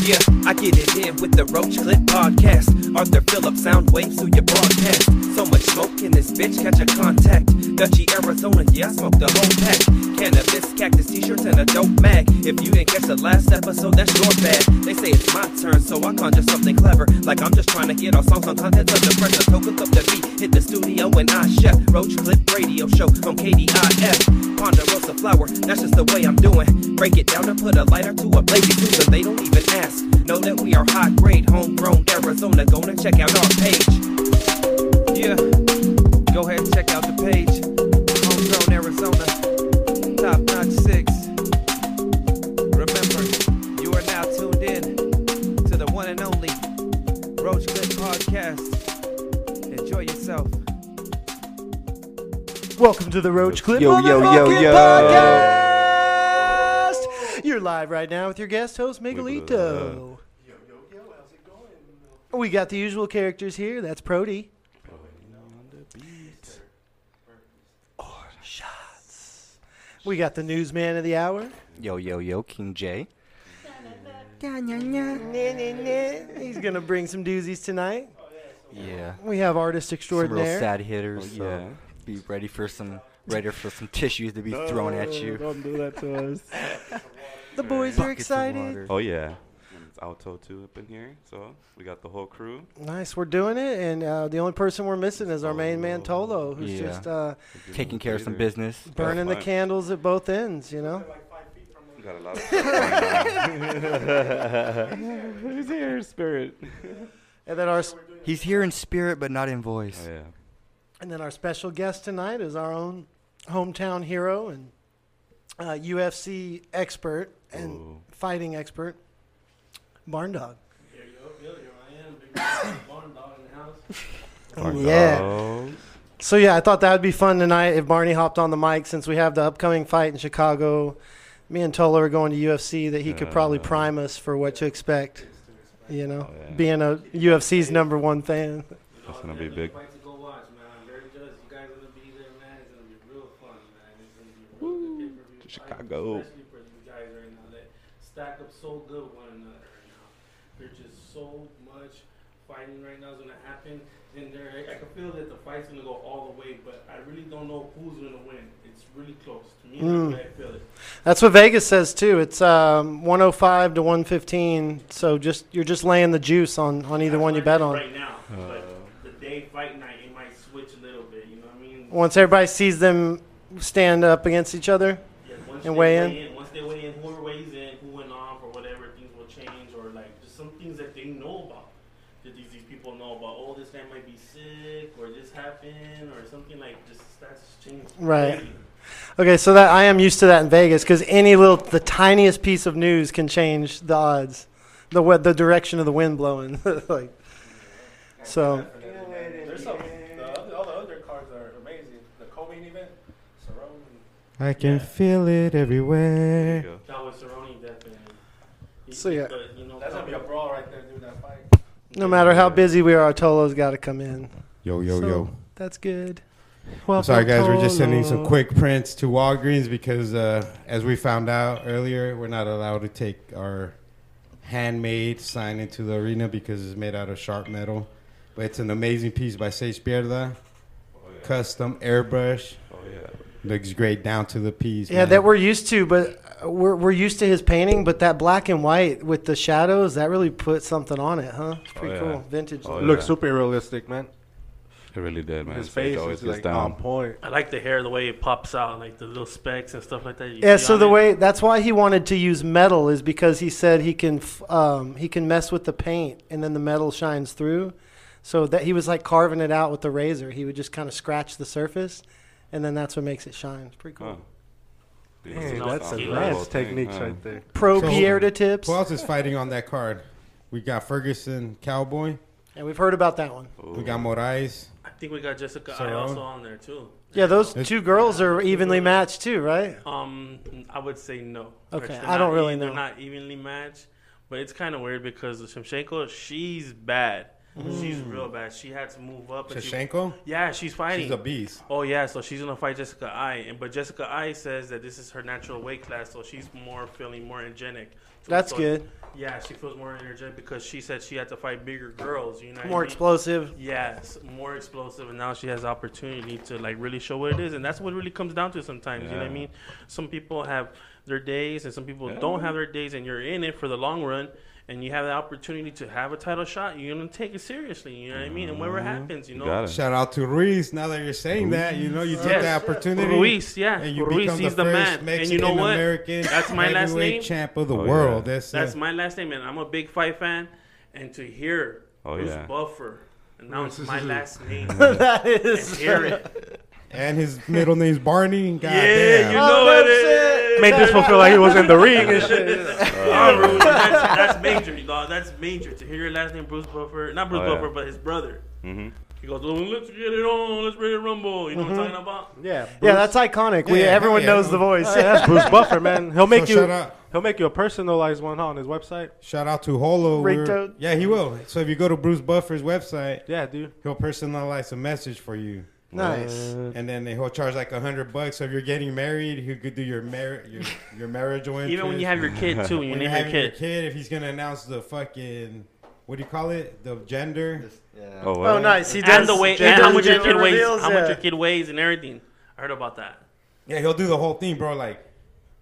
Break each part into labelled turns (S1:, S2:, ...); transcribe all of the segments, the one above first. S1: Yeah, I get it in with the Roach Clip podcast. Arthur Phillips, sound waves through your broadcast. So much smoke in this bitch, catch a contact. Dutchy, Arizona, yeah, I smoked the whole pack. Cannabis, cactus, t-shirts, and a dope mag. If you didn't catch the last episode, that's your bad. They say it's my turn, so I conjure something clever. Like I'm just trying to get our songs on content under pressure. So cook up the beat, hit the studio, and I chef. Roach Clip Radio Show on KDIF. Ponderosa flower, that's just the way I'm doing. Break it down and put a lighter to a blazing too, so they don't even ask. Know that we are high grade, homegrown Arizona. Go and check out our page. Yeah, go ahead and check out the page. Homegrown Arizona, top notch six. Remember, you are now tuned in to the one and only Roach Clip Podcast. Enjoy yourself.
S2: Welcome to the Roach Clip
S3: Yo, yo, yo,
S2: motherfucking
S3: yo.
S2: Podcast. You're live right now with your guest host Miguelito. We got the usual characters here. That's Prody. Or shots. We got the newsman of the hour.
S3: Yo, yo, yo, King J.
S2: He's gonna bring some doozies tonight.
S3: Yeah.
S2: We have artist
S3: Some real
S2: extraordinaire.
S3: sad hitters.
S4: Oh,
S3: yeah.
S4: yeah.
S3: Be ready for some ready for some tissues to be thrown at you.
S4: Don't do that to us.
S2: The boys are
S3: Buckets of
S2: excited.
S3: water.
S4: Oh yeah. And It's alto too up in here, so we got the whole crew.
S2: Nice, we're doing it, and uh, the only person we're missing is our main man Tolo, who's
S3: Yeah.
S2: just. Uh,
S3: Taking care of some
S4: Breather.
S3: business.
S2: burning the
S4: fine.
S2: candles at both ends, you know.
S4: Got a lot of stuff going on. Oh, He's here, spirit.
S2: And then our s-
S3: He's here in spirit but not in
S4: Oh
S3: voice.
S4: yeah.
S2: and then our special guest tonight is our own hometown hero and uh, UFC expert and
S4: Ooh.
S2: fighting expert, Barn Dog. Yeah.
S4: Oh,
S2: So yeah, I thought that would be fun tonight if Barney hopped on the mic since we have the upcoming fight in Chicago. Me and Tola are going to UFC that he could probably
S4: Uh.
S2: prime us for what to expect. You know,
S4: Oh, yeah.
S2: being a UFC's number one fan.
S4: That's gonna be big.
S1: Fight to go watch, man. I'm very jealous. You guys are gonna be there, man. It's gonna be real fun, man. It's gonna be real good pay-per-view
S4: to
S1: fight,
S4: Chicago.
S1: Especially for you guys right now that stack up so good with one another right now. There's just so much fighting right now is gonna happen, and there I can feel that the fight's gonna go all the way, but I really don't know who's gonna win. It's really close to me.
S2: Mm.
S1: that's the way I feel it.
S2: That's what Vegas says too. It's um, 105 to 115. So just you're just laying the juice on, on either
S1: That's
S2: one you
S1: what I
S2: bet
S1: think
S2: on.
S1: Right now, but
S4: Uh.
S1: the day fight night, it might switch a little bit. You know what I mean?
S2: Once everybody sees them stand up against each other,
S1: Yeah, once
S2: And
S1: they
S2: weigh
S1: Once they weigh in, whoever weighs in, who went off or whatever, things will change or like just some things that they know about. That these, these people know about. Oh, this guy might be sick or this happened or something like just that's changed.
S2: Right.
S1: crazy.
S2: okay. So that I am used to that in Vegas because any little the tiniest piece of news can change the odds, the we- the direction of the wind blowing. like so,
S5: There's some, the other, all the other cards are amazing. The co-main event, Cerrone.
S6: I can feel it
S4: There you
S6: everywhere.
S4: go.
S1: That was Cerrone definitely. He-
S2: So, yeah.
S1: but, you know,
S5: That's gonna be a brawl right there, dude. That fight.
S2: no matter how busy we are, Tolo's got to come in.
S6: Yo, yo,
S2: So,
S6: yo.
S2: That's good.
S6: I'm sorry, guys. We're just sending some quick prints to Walgreens because, uh, as we found out earlier, we're not allowed to take our handmade sign into the arena because it's made out of sharp metal. But it's an amazing piece by Sage Pierda. Custom airbrush.
S4: Oh yeah.
S6: Looks great down to the piece.
S2: Yeah,
S6: man.
S2: that we're used to, but uh, we're we're used to his painting. But that black and white with the shadows, that really put something on it, huh? It's pretty
S4: yeah.
S2: cool, vintage.
S4: Oh,
S2: look.
S4: yeah.
S5: Looks super realistic, man.
S4: It really did, man.
S5: His
S4: So it
S5: face
S4: always
S5: is
S4: gets
S5: like um,
S4: down.
S5: on point.
S1: I like the hair, the way it pops out, like the little specks and stuff like that. you
S2: Yeah,
S1: see
S2: so
S1: on
S2: the
S1: it.
S2: way that's why he wanted to use metal is because he said he can f- um, he can mess with the paint and then the metal shines through. So that he was like carving it out with the razor. He would just kind of scratch the surface, and then that's what makes it shine. It's pretty cool.
S4: Huh. Yeah,
S5: Hey,
S4: it's
S5: that's
S4: on the whole
S5: advanced
S4: thing,
S5: techniques
S4: huh?
S5: right there.
S2: Pro
S6: So- uh,
S2: Pierre de tips,
S6: Who else is fighting on that card? We got Ferguson Cowboy.
S2: and we've heard about that one.
S6: We got Moraes.
S1: I think we got Jessica I
S6: Cerrone?
S1: also on there too.
S2: Yeah, those
S6: It's-
S2: two girls are evenly matched too, right?
S1: Um, I would say no.
S2: Okay,
S1: They're
S2: I don't
S1: not
S2: really
S1: e-
S2: know.
S1: They're not evenly matched, but it's kind of weird because Shevchenko, she's bad.
S6: Mm.
S1: She's real bad. She had to move up. and she-
S6: Shashenko.
S1: yeah, she's fighting.
S6: She's a beast.
S1: oh yeah, so she's gonna fight Jessica I, and but Jessica I says that this is her natural weight class, so she's more feeling more angenic.
S2: That's
S1: So-
S2: good.
S7: Yeah, she feels more energetic because she said she had to fight bigger girls. You know, what I
S2: More
S7: mean?
S2: explosive.
S7: Yes, more explosive, and now she has the opportunity to like really show what it is, and that's what it really comes down to sometimes. You know what I
S4: Yeah.
S7: mean? Some people have their days, and some people
S4: Yeah.
S7: don't have their days, and you're in it for the long run, and you have the opportunity to have a title shot. You're gonna take it seriously. You know what I mean? And whatever happens, you know.
S4: Mm-hmm. got it.
S6: Shout out to Ruiz. Now that you're saying that, you know you took
S7: Yes.
S6: the opportunity.
S7: Ruiz, yeah.
S6: and you
S7: Ruiz,
S6: become
S7: he's
S6: the,
S7: the
S6: first
S7: man. And you know
S6: Mexican
S7: what?
S6: American
S7: That's my last
S6: heavyweight
S7: name.
S6: champ of the
S4: Oh,
S6: world.
S4: yeah.
S6: That's, uh,
S7: That's
S6: it.
S7: my last name, and I'm a big fight fan. And to hear
S4: Oh,
S7: Bruce
S4: yeah.
S7: Buffer announce my last name,
S2: that is.
S7: hear it.
S6: and his middle name's Barney. God
S7: Yeah, you
S6: damn.
S7: know
S2: that's
S7: it is.
S2: it.
S8: Made this one feel like he was in the ring and shit. Oh,
S7: Yeah, Rudy, that's, that's major, you know. That's major. To hear your last name, Bruce Buffer, not Bruce
S4: Oh, yeah.
S7: Buffer, but his brother.
S4: Mm-hmm.
S7: He goes, "Well, let's get it on. Let's ready to rumble. You know what I'm talking about?
S8: Yeah,
S2: Yeah, that's iconic. We,
S6: Yeah,
S2: everyone
S6: yeah.
S2: knows the
S7: Oh,
S2: voice.
S8: Hey, Oh, that's Bruce Buffer, man. He'll make
S6: So
S8: you.
S6: shout out.
S8: He'll make you a personalized one huh, on his website.
S6: Shout out to Holo.
S2: Rigged
S6: We're-
S2: out.
S6: Yeah, he will. So if you go to Bruce Buffer's website,
S8: Yeah, dude.
S6: he'll personalize a message for you.
S2: Nice.
S6: And then he'll charge like a hundred bucks. So if you're getting married, he could do your mar- your, your marriage or
S7: Even when you
S6: interest.
S7: have your kid too, when you
S6: When
S7: name
S6: you're
S7: your
S6: having your
S7: kid.
S6: kid, if he's gonna announce the fucking what do you call it, the gender,
S3: Yeah.
S4: Oh,
S2: Oh,
S4: well.
S2: nice. He does.
S7: And the weight,
S2: he does
S7: and how much your
S2: gender
S7: kid weighs,
S2: reveals,
S7: how
S2: yeah.
S7: much your kid weighs, and everything. I heard about that.
S6: yeah, he'll do the whole thing, bro. Like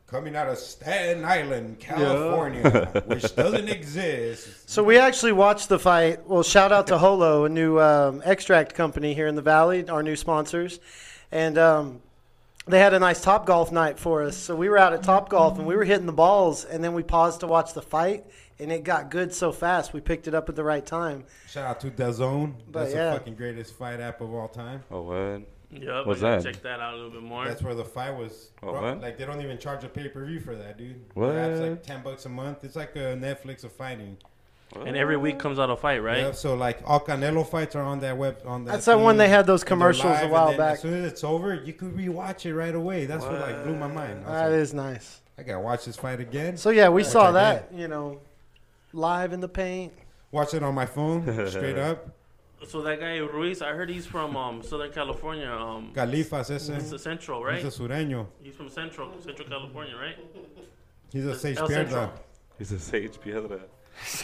S6: coming out of Staten Island, California, which doesn't exist.
S2: So we actually watched the fight. Well, shout out to Holo, a new um, extract company here in the valley, our new sponsors, and um, they had a nice Top Golf night for us. So we were out at Top Golf and we were hitting the balls, and then we paused to watch the fight, and it got good so fast. We picked it up at the right time.
S6: Shout out to DAZN.
S2: But
S6: That's
S2: yeah.
S6: the fucking greatest fight app of all time.
S4: Oh, what?
S7: Yep.
S4: What's
S7: I gotta
S4: that?
S7: Check that out a little bit more.
S6: That's where the fight was.
S4: Oh,
S6: bro,
S4: what?
S6: Like they don't even charge a pay per view for that, dude.
S4: What?
S6: Perhaps like ten bucks a month. It's like a Netflix of fighting.
S7: and every week comes out a fight, right?
S6: Yep, so like all Canelo fights are on that web. On that
S2: That's that one
S6: thing.
S2: they had those
S6: And they're
S2: commercials a
S6: live, and
S2: while
S6: then
S2: back.
S6: As soon as it's over, you could rewatch it right away. That's what, like blew my mind.
S2: That
S6: I, was
S2: is
S6: like,
S2: nice.
S6: I gotta watch this fight again.
S2: So yeah, we
S6: Which
S2: saw
S6: I
S2: that. You know, live in the paint.
S6: Watch it on my phone, straight up.
S7: So that guy Ruiz, I heard he's from um, Southern California, um,
S6: Califas ese.
S7: s- Central, right?
S6: He's a sureño.
S7: He's from Central, Central California, right?
S6: He's a sage
S7: El
S6: pierda.
S7: Central.
S4: He's a sage piedra.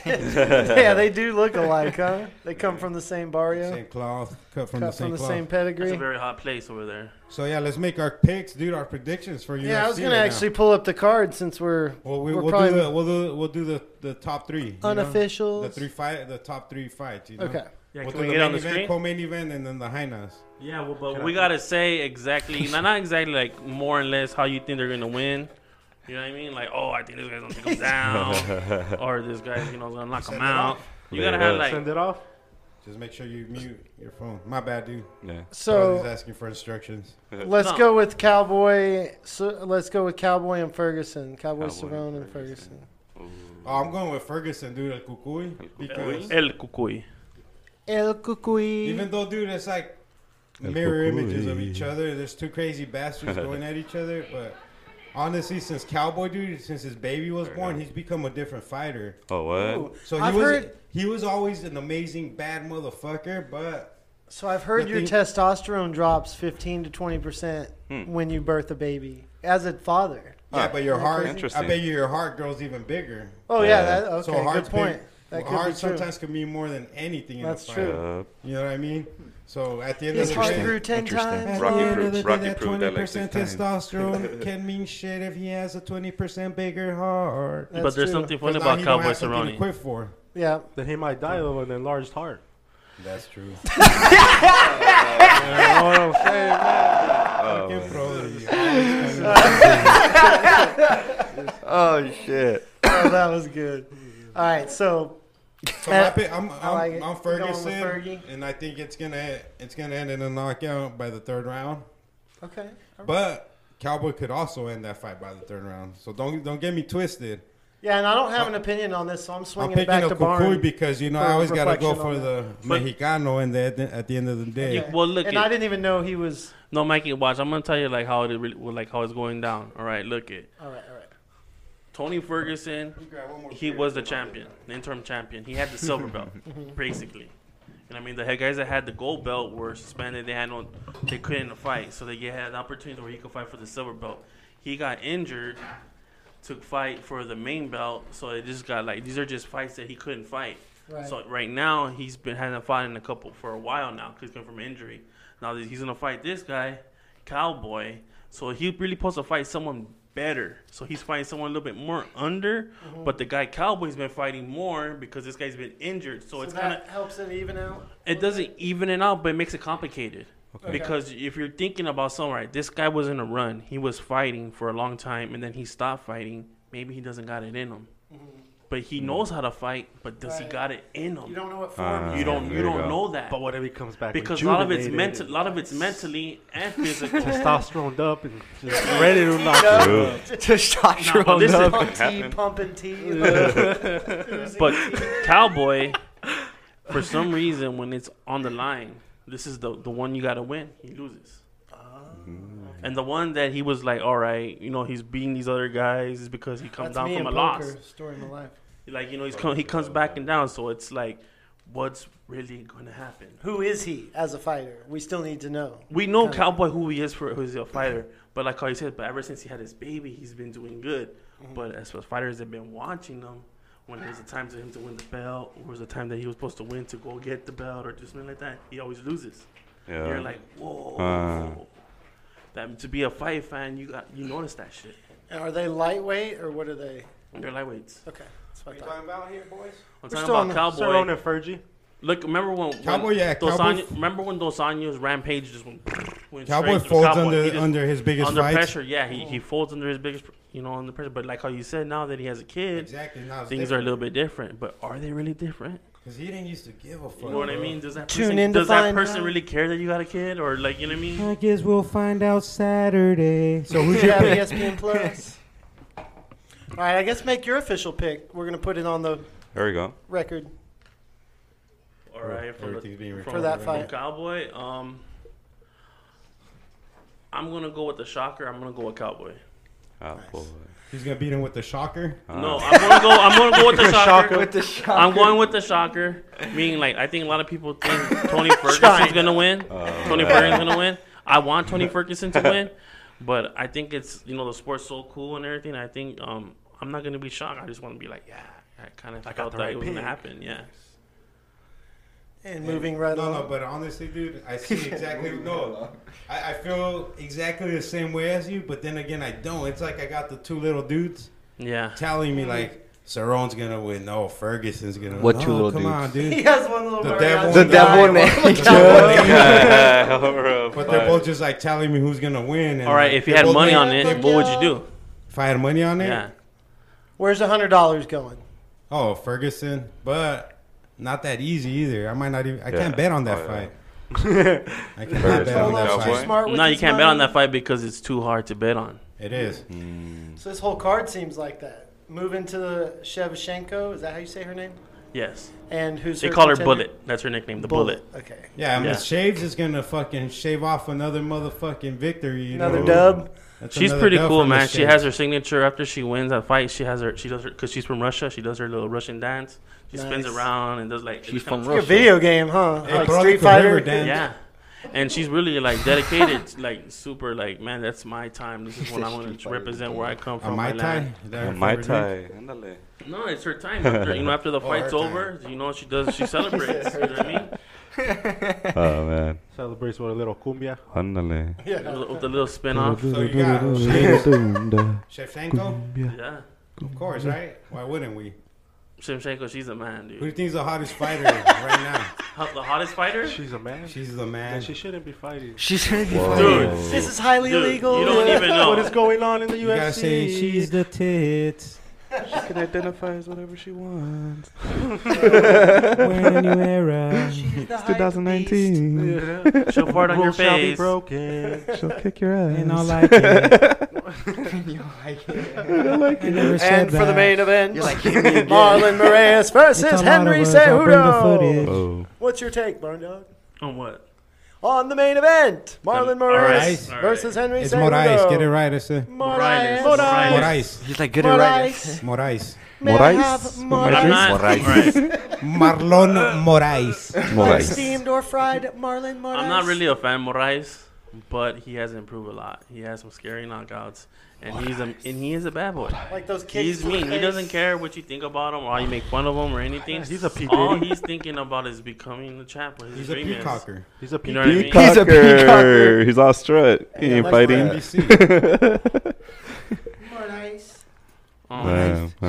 S2: yeah, they do look alike, huh? They come from the same barrio,
S6: Same cloth, cut from
S2: cut
S6: the same
S2: from the
S6: cloth.
S2: same
S7: That's a
S2: pedigree.
S7: very hot place over there.
S6: So yeah, let's make our picks, dude. Our predictions for you.
S2: Yeah, I was gonna actually pull up the card since we're
S6: Well, we,
S2: we're
S6: will
S2: probably
S6: do the we'll do we'll do the, the top three you know?
S2: unofficial.
S6: The three fight, the top three fights. You know?
S2: Okay.
S7: Yeah,
S6: We'll
S7: can
S6: do
S7: we
S6: the
S7: get on
S6: main
S7: the
S6: event,
S7: screen?
S6: co-main event, and then the high
S7: Yeah, well, but we gotta say exactly, not, not exactly like more or less how you think they're gonna win. You know what I mean? Like, oh, I think this guy's gonna take him down, or this guy's you know gonna knock
S6: Send
S7: him
S6: it
S7: out. You gotta
S4: Yeah.
S7: have like,
S8: Send it off.
S6: Just make sure you mute your phone. My bad, dude.
S4: Yeah.
S6: So
S2: So
S6: asking for instructions.
S2: let's
S7: No.
S2: go with Cowboy. So let's go with Cowboy and Ferguson. Cowboy,
S4: Cowboy
S2: Cerrone and
S4: and Ferguson.
S2: Ferguson.
S6: Oh, I'm going with Ferguson, dude, at Kukui. Because
S7: El Cucuy.
S2: El Cucuy.
S6: even though, dude, it's like
S4: El
S6: mirror
S4: Cucuy.
S6: images of each other. There's two crazy bastards going at each other. But honestly, since Cowboy, dude, since his baby was born, he's become a different fighter.
S4: Oh, what?
S6: So he
S2: I've
S6: was
S2: heard-
S6: he was always an amazing bad motherfucker, but
S2: so I've heard
S6: the
S2: your
S6: thing-
S2: testosterone drops 15 to 20 percent when you birth a baby as a father.
S6: yeah, but your heart,
S4: Interesting.
S6: I bet you your heart grows even bigger.
S2: Oh yeah,
S4: Yeah.
S2: that, okay,
S6: heart's
S2: good point.
S6: big-
S2: that could
S6: heart
S2: be true.
S6: sometimes can mean more than anything.
S2: That's
S6: in a fight.
S2: true.
S4: Uh,
S6: You know what I mean? So at the end of
S2: His
S6: the
S2: heart
S6: day,
S2: grew 10
S3: Interesting.
S2: times.
S4: Rocky
S2: man.
S4: proof. Rocky proved that
S6: twenty
S4: like
S6: percent
S4: six times.
S6: testosterone can mean shit if he has a twenty percent bigger heart.
S2: That's
S7: But there's
S2: true.
S7: something
S6: 'Cause
S7: funny
S6: now
S7: about
S6: he don't
S7: Cowboy
S6: have something to
S7: Cerrone.
S6: quit for.
S2: Yeah.
S8: Then he might die of an enlarged heart.
S6: That's true.
S8: You know what I'm saying, man?
S3: Oh shit.
S2: Oh, that was good. All right, so
S6: So my pick- I'm, I'm,
S2: like it.
S6: I'm
S2: Going with
S6: Ferguson,
S2: Fergie.
S6: and I think it's gonna it's gonna end in a knockout by the third round.
S2: okay.
S6: But Cowboy could also end that fight by the third round. So don't don't get me twisted.
S2: Yeah, and I don't have an opinion on this, so I'm
S6: Uh, I'm
S2: swinging it
S6: picking
S2: back
S6: a
S2: to Barn.
S6: Kukui because you know
S2: for
S6: I always gotta go
S2: reflection
S6: for
S2: on
S6: the
S7: But-
S6: Mexicano, and at the, at the end of the day,
S7: You- well, look
S2: and
S7: it.
S2: I didn't even know he was.
S7: No, Mikey, watch. I'm gonna tell you like how it really, well, like how it's going down. All right, look it.
S2: All right, all right.
S7: Tony Ferguson, he was the champion, the interim champion. He had the silver belt, basically. And I mean, the head guys that had the gold belt were suspended. They had no, they couldn't fight, so they had an opportunity where he could fight for the silver belt. He got injured to fight for the main belt. So it just got like these are just fights that he couldn't fight.
S2: Right.
S7: So right now he's been hasn't fought in a couple for a while now because he's come from injury. Now that he's gonna fight this guy, Cowboy. So he really supposed to fight someone better. So he's fighting someone a little bit more under,
S2: Mm-hmm.
S7: but the guy Cowboy's been fighting more because this guy's been injured. So,
S2: So
S7: it's
S2: that
S7: kind of
S2: helps it even out.
S7: it doesn't even it out, but it makes it complicated.
S2: Okay.
S7: Because if you're thinking about something, right, this guy was in a run. He was fighting for a long time, and then he stopped fighting. Maybe he doesn't got it in him. But he knows how to fight. But does
S2: Mm-hmm.
S7: he
S2: Right.
S7: got it in
S2: You
S7: him?
S2: don't know what form.
S4: Uh,
S2: he's
S7: You don't. You
S4: There you
S7: don't
S4: go.
S7: know that.
S8: But whatever he comes back
S7: Because a lot of it's mental.
S8: rejuvenated
S7: A lot of it's mentally and physical.
S8: and Testosterone up and just ready to knock it.
S4: True.
S7: Nah, but
S3: Testosterone.
S7: listen,
S2: Pump tea, pumping tea. like-
S7: but Cowboy, for some reason, when it's on the line, this is the the one you gotta win. He loses. And the one that he was like, all right, you know, he's beating these other guys is because he comes
S2: That's
S7: down
S2: me
S7: from a
S2: and
S7: loss.
S2: poker, Story of my life.
S7: Like you know, he's come, he comes back and down. So it's like, what's really gonna happen?
S2: Who is he as a fighter? We still need to know.
S7: We know
S2: Kinda.
S7: Cowboy who he is for who's a fighter, but like how you said, but ever since he had his baby, he's been doing good.
S6: Mm-hmm.
S7: But as for fighters that been watching him, when there's a time for him to win the belt, or was a time that he was supposed to win to go get the belt or do something like that, he always loses.
S4: Yeah.
S7: You're like, whoa.
S4: Uh.
S7: That to be a fight fan, you got you notice that shit.
S2: And Are they lightweight or what are they?
S7: They're lightweights.
S2: Okay, that's what I thought.
S5: talking about here, boys?
S2: We're
S7: I'm talking
S2: still
S7: about
S2: on
S7: Cowboy.
S8: Cerrone and Fergie.
S7: Look, remember when
S6: Cowboy,
S7: When
S6: yeah,
S7: Dos
S6: Cowboy-
S7: Anjos- remember when Dos Anjos rampage just went. went
S6: Cowboy
S7: straight through
S6: folds
S7: Cowboy. He
S6: under
S7: just-
S6: under his biggest
S7: under
S6: fights.
S7: pressure, yeah, he,
S2: Oh.
S7: he folds under his biggest, you know, under pressure. But like how you said, now that he has a kid,
S6: Exactly. Now
S7: things are a little bit different. But are they really different?
S6: because he didn't used to give a fuck.
S7: You know what I mean? Does that
S2: Tune
S7: person,
S2: in to
S7: does that
S2: find
S7: person
S2: out.
S7: really care that you got a kid, or like you know what I mean?
S6: I guess we'll find out Saturday. So
S2: Do
S6: who's
S2: you
S6: your
S2: have E
S6: pick?
S2: ESPN Plus? All right, I guess make your official pick. We're gonna put it on the
S4: There we go.
S2: record.
S7: All right, for, the,
S6: Everything's being
S7: from,
S2: For that
S7: from
S2: fight.
S7: Cowboy. Um, I'm gonna go with the shocker. I'm gonna go with Cowboy.
S4: Oh, boy. Ah.
S6: He's gonna beat him with the shocker.
S7: No, I'm gonna go. I'm gonna go with the shocker.
S3: With the shot.
S7: I'm going with the shocker, meaning like I think a lot of people think Tony Ferguson's gonna win.
S3: Uh,
S7: Tony Ferguson's gonna win. I want Tony Ferguson to win, but I think it's you know the sport's so cool and everything. I think um I'm not gonna be shocked. I just want to be like yeah, I kind of felt
S8: the
S7: that
S8: right
S7: it was gonna
S8: pick.
S7: happen. Yeah,
S2: And moving right
S6: No,
S2: on.
S6: no, but honestly, dude, I see exactly. no, I, I feel exactly the same way as you, but then again, I don't. It's like I got the two little dudes
S7: yeah.
S6: telling me like Cerrone's gonna win. No, Ferguson's gonna. win.
S3: What
S6: no,
S3: two little
S6: come
S3: dudes?
S6: on,
S2: he
S6: dude.
S2: has one little.
S6: The
S2: Mariachi
S6: devil-
S3: The
S6: Nah,
S2: guy,
S3: devil
S2: one
S3: named
S2: little
S3: Joe.
S6: But they're both just like telling me who's gonna win. And
S7: All right, if you
S6: they're
S7: had
S6: both
S7: money
S6: like-
S7: on it, what would you do?
S6: if I had money on it,
S7: Yeah,
S2: Where's the hundred dollars going?
S6: oh Ferguson, but not that easy either. I might not even. I
S4: Yeah.
S6: can't bet on that
S4: Oh, yeah.
S6: fight. I cannot bet on
S4: Ferguson,
S6: that
S4: Cowboy.
S6: fight.
S2: Smart with
S7: no, you
S2: his
S7: can't bet on
S2: money.
S7: that fight because it's too hard to bet on.
S6: It is.
S2: So this whole card seems like that. Moving to the Shevchenko, is that how you say her name?
S7: Yes,
S2: And who's
S7: they
S2: her
S7: call her
S2: contender?
S7: Bullet. That's her nickname, the Bullet.
S2: Okay.
S6: Yeah, I mean,
S7: Yeah.
S6: Shaves is gonna fucking shave off another motherfucking victory. You
S2: Another
S6: know?
S2: dub.
S6: That's
S7: She's
S6: another
S7: pretty
S6: dub
S7: cool,
S6: from the
S7: man. She
S6: Shaves.
S7: has her signature after she wins that fight. She has her, she does her, cause she's from Russia. She does her little Russian dance. She spins
S2: Nice.
S7: around and does like.
S3: She's
S7: it's kinda-
S3: from
S2: Like
S3: Russia.
S2: a video game, huh?
S6: Hey,
S2: like
S6: Brother
S2: Street
S6: Forever,
S2: Fighter.
S6: Dan.
S7: Yeah, and she's really like dedicated, like super, like man, that's my time. This is
S3: He
S7: when
S3: said
S7: I'm going
S3: Street
S7: to
S3: Fighter
S7: represent where I come
S6: A
S7: from.
S6: Mai
S7: Oh, My
S6: Tai.
S7: land.
S6: Is that her
S4: Yeah, Mai
S6: favorite drink?
S4: Tai. Ándale.
S7: No, it's her time. After, you know, after the
S6: Oh,
S7: fight's
S6: her time.
S7: over, you know, she does, she celebrates. you know what I mean?
S4: Oh, man.
S8: Celebrates with a little cumbia.
S4: Ándale.
S7: With, with the little spin off.
S6: So you got Shaves, Shevchenko,
S7: Yeah,
S6: of course, right? Why wouldn't we?
S7: Shimshenko, she's a man,
S6: Who do
S7: dude.
S6: you think's the hottest fighter right
S7: Ho- The hottest fighter.
S8: She's a man.
S6: now? She's the
S8: And
S6: man.
S8: she shouldn't be fighting.
S3: She's gonna be
S7: Dude,
S4: Whoa.
S2: This is highly
S7: Dude,
S2: illegal.
S7: you don't even know.
S8: What is going on in the
S6: You gotta
S8: UFC?
S6: say she's the tits.
S4: She can identify as whatever she wants.
S6: When you era.
S2: She's the hype beast.
S4: 2019.
S7: She'll fart on your
S8: Rules shall be
S7: face.
S8: broken.
S4: She'll kick your ass.
S6: And I like it. I like it. I never
S2: And
S6: said
S2: for the
S6: that.
S2: main event,
S3: You're like, hit me again.
S2: Marlon Moraes
S6: It's a
S2: versus
S6: lot
S2: Henry
S6: of words. I'll bring the
S2: Cejudo.
S6: footage.
S4: Oh.
S2: What's your take, Barn Dog?
S7: On what?
S2: On the main event, Marlon
S7: Um, all right,
S2: Moraes
S7: all right.
S2: versus Henry
S6: It's
S2: Cejudo.
S6: Morais. Get it right, I say.
S2: Moraes.
S7: Moraes.
S2: Moraes.
S6: Morais.
S3: He's like, get it right.
S2: Morais.
S6: Morais.
S2: May I have
S7: I'm
S2: Moraes?
S7: not.
S3: Moraes.
S7: Right.
S6: Marlon Morais.
S2: Steamed or fried Marlon Moraes.
S7: I'm not really a fan of Moraes, but he has improved a lot. He has some scary knockouts, and he's a and he is a bad boy.
S2: Like those kicks.
S7: He's
S2: to the
S7: mean. He
S2: face.
S7: doesn't care what you think about him or how you make fun of him or anything.
S8: He's a P.
S7: All
S8: Diddy.
S7: he's thinking about is becoming the champion.
S6: He's a peacocker.
S8: He's a
S7: You
S8: peacock.
S7: know what I mean?
S3: He's a peacocker.
S4: He's all strut. He
S2: Yeah,
S4: ain't
S2: like
S4: fighting.
S2: that.
S6: NBC.
S2: More ice.
S4: Oh,
S7: Um,
S4: Wow,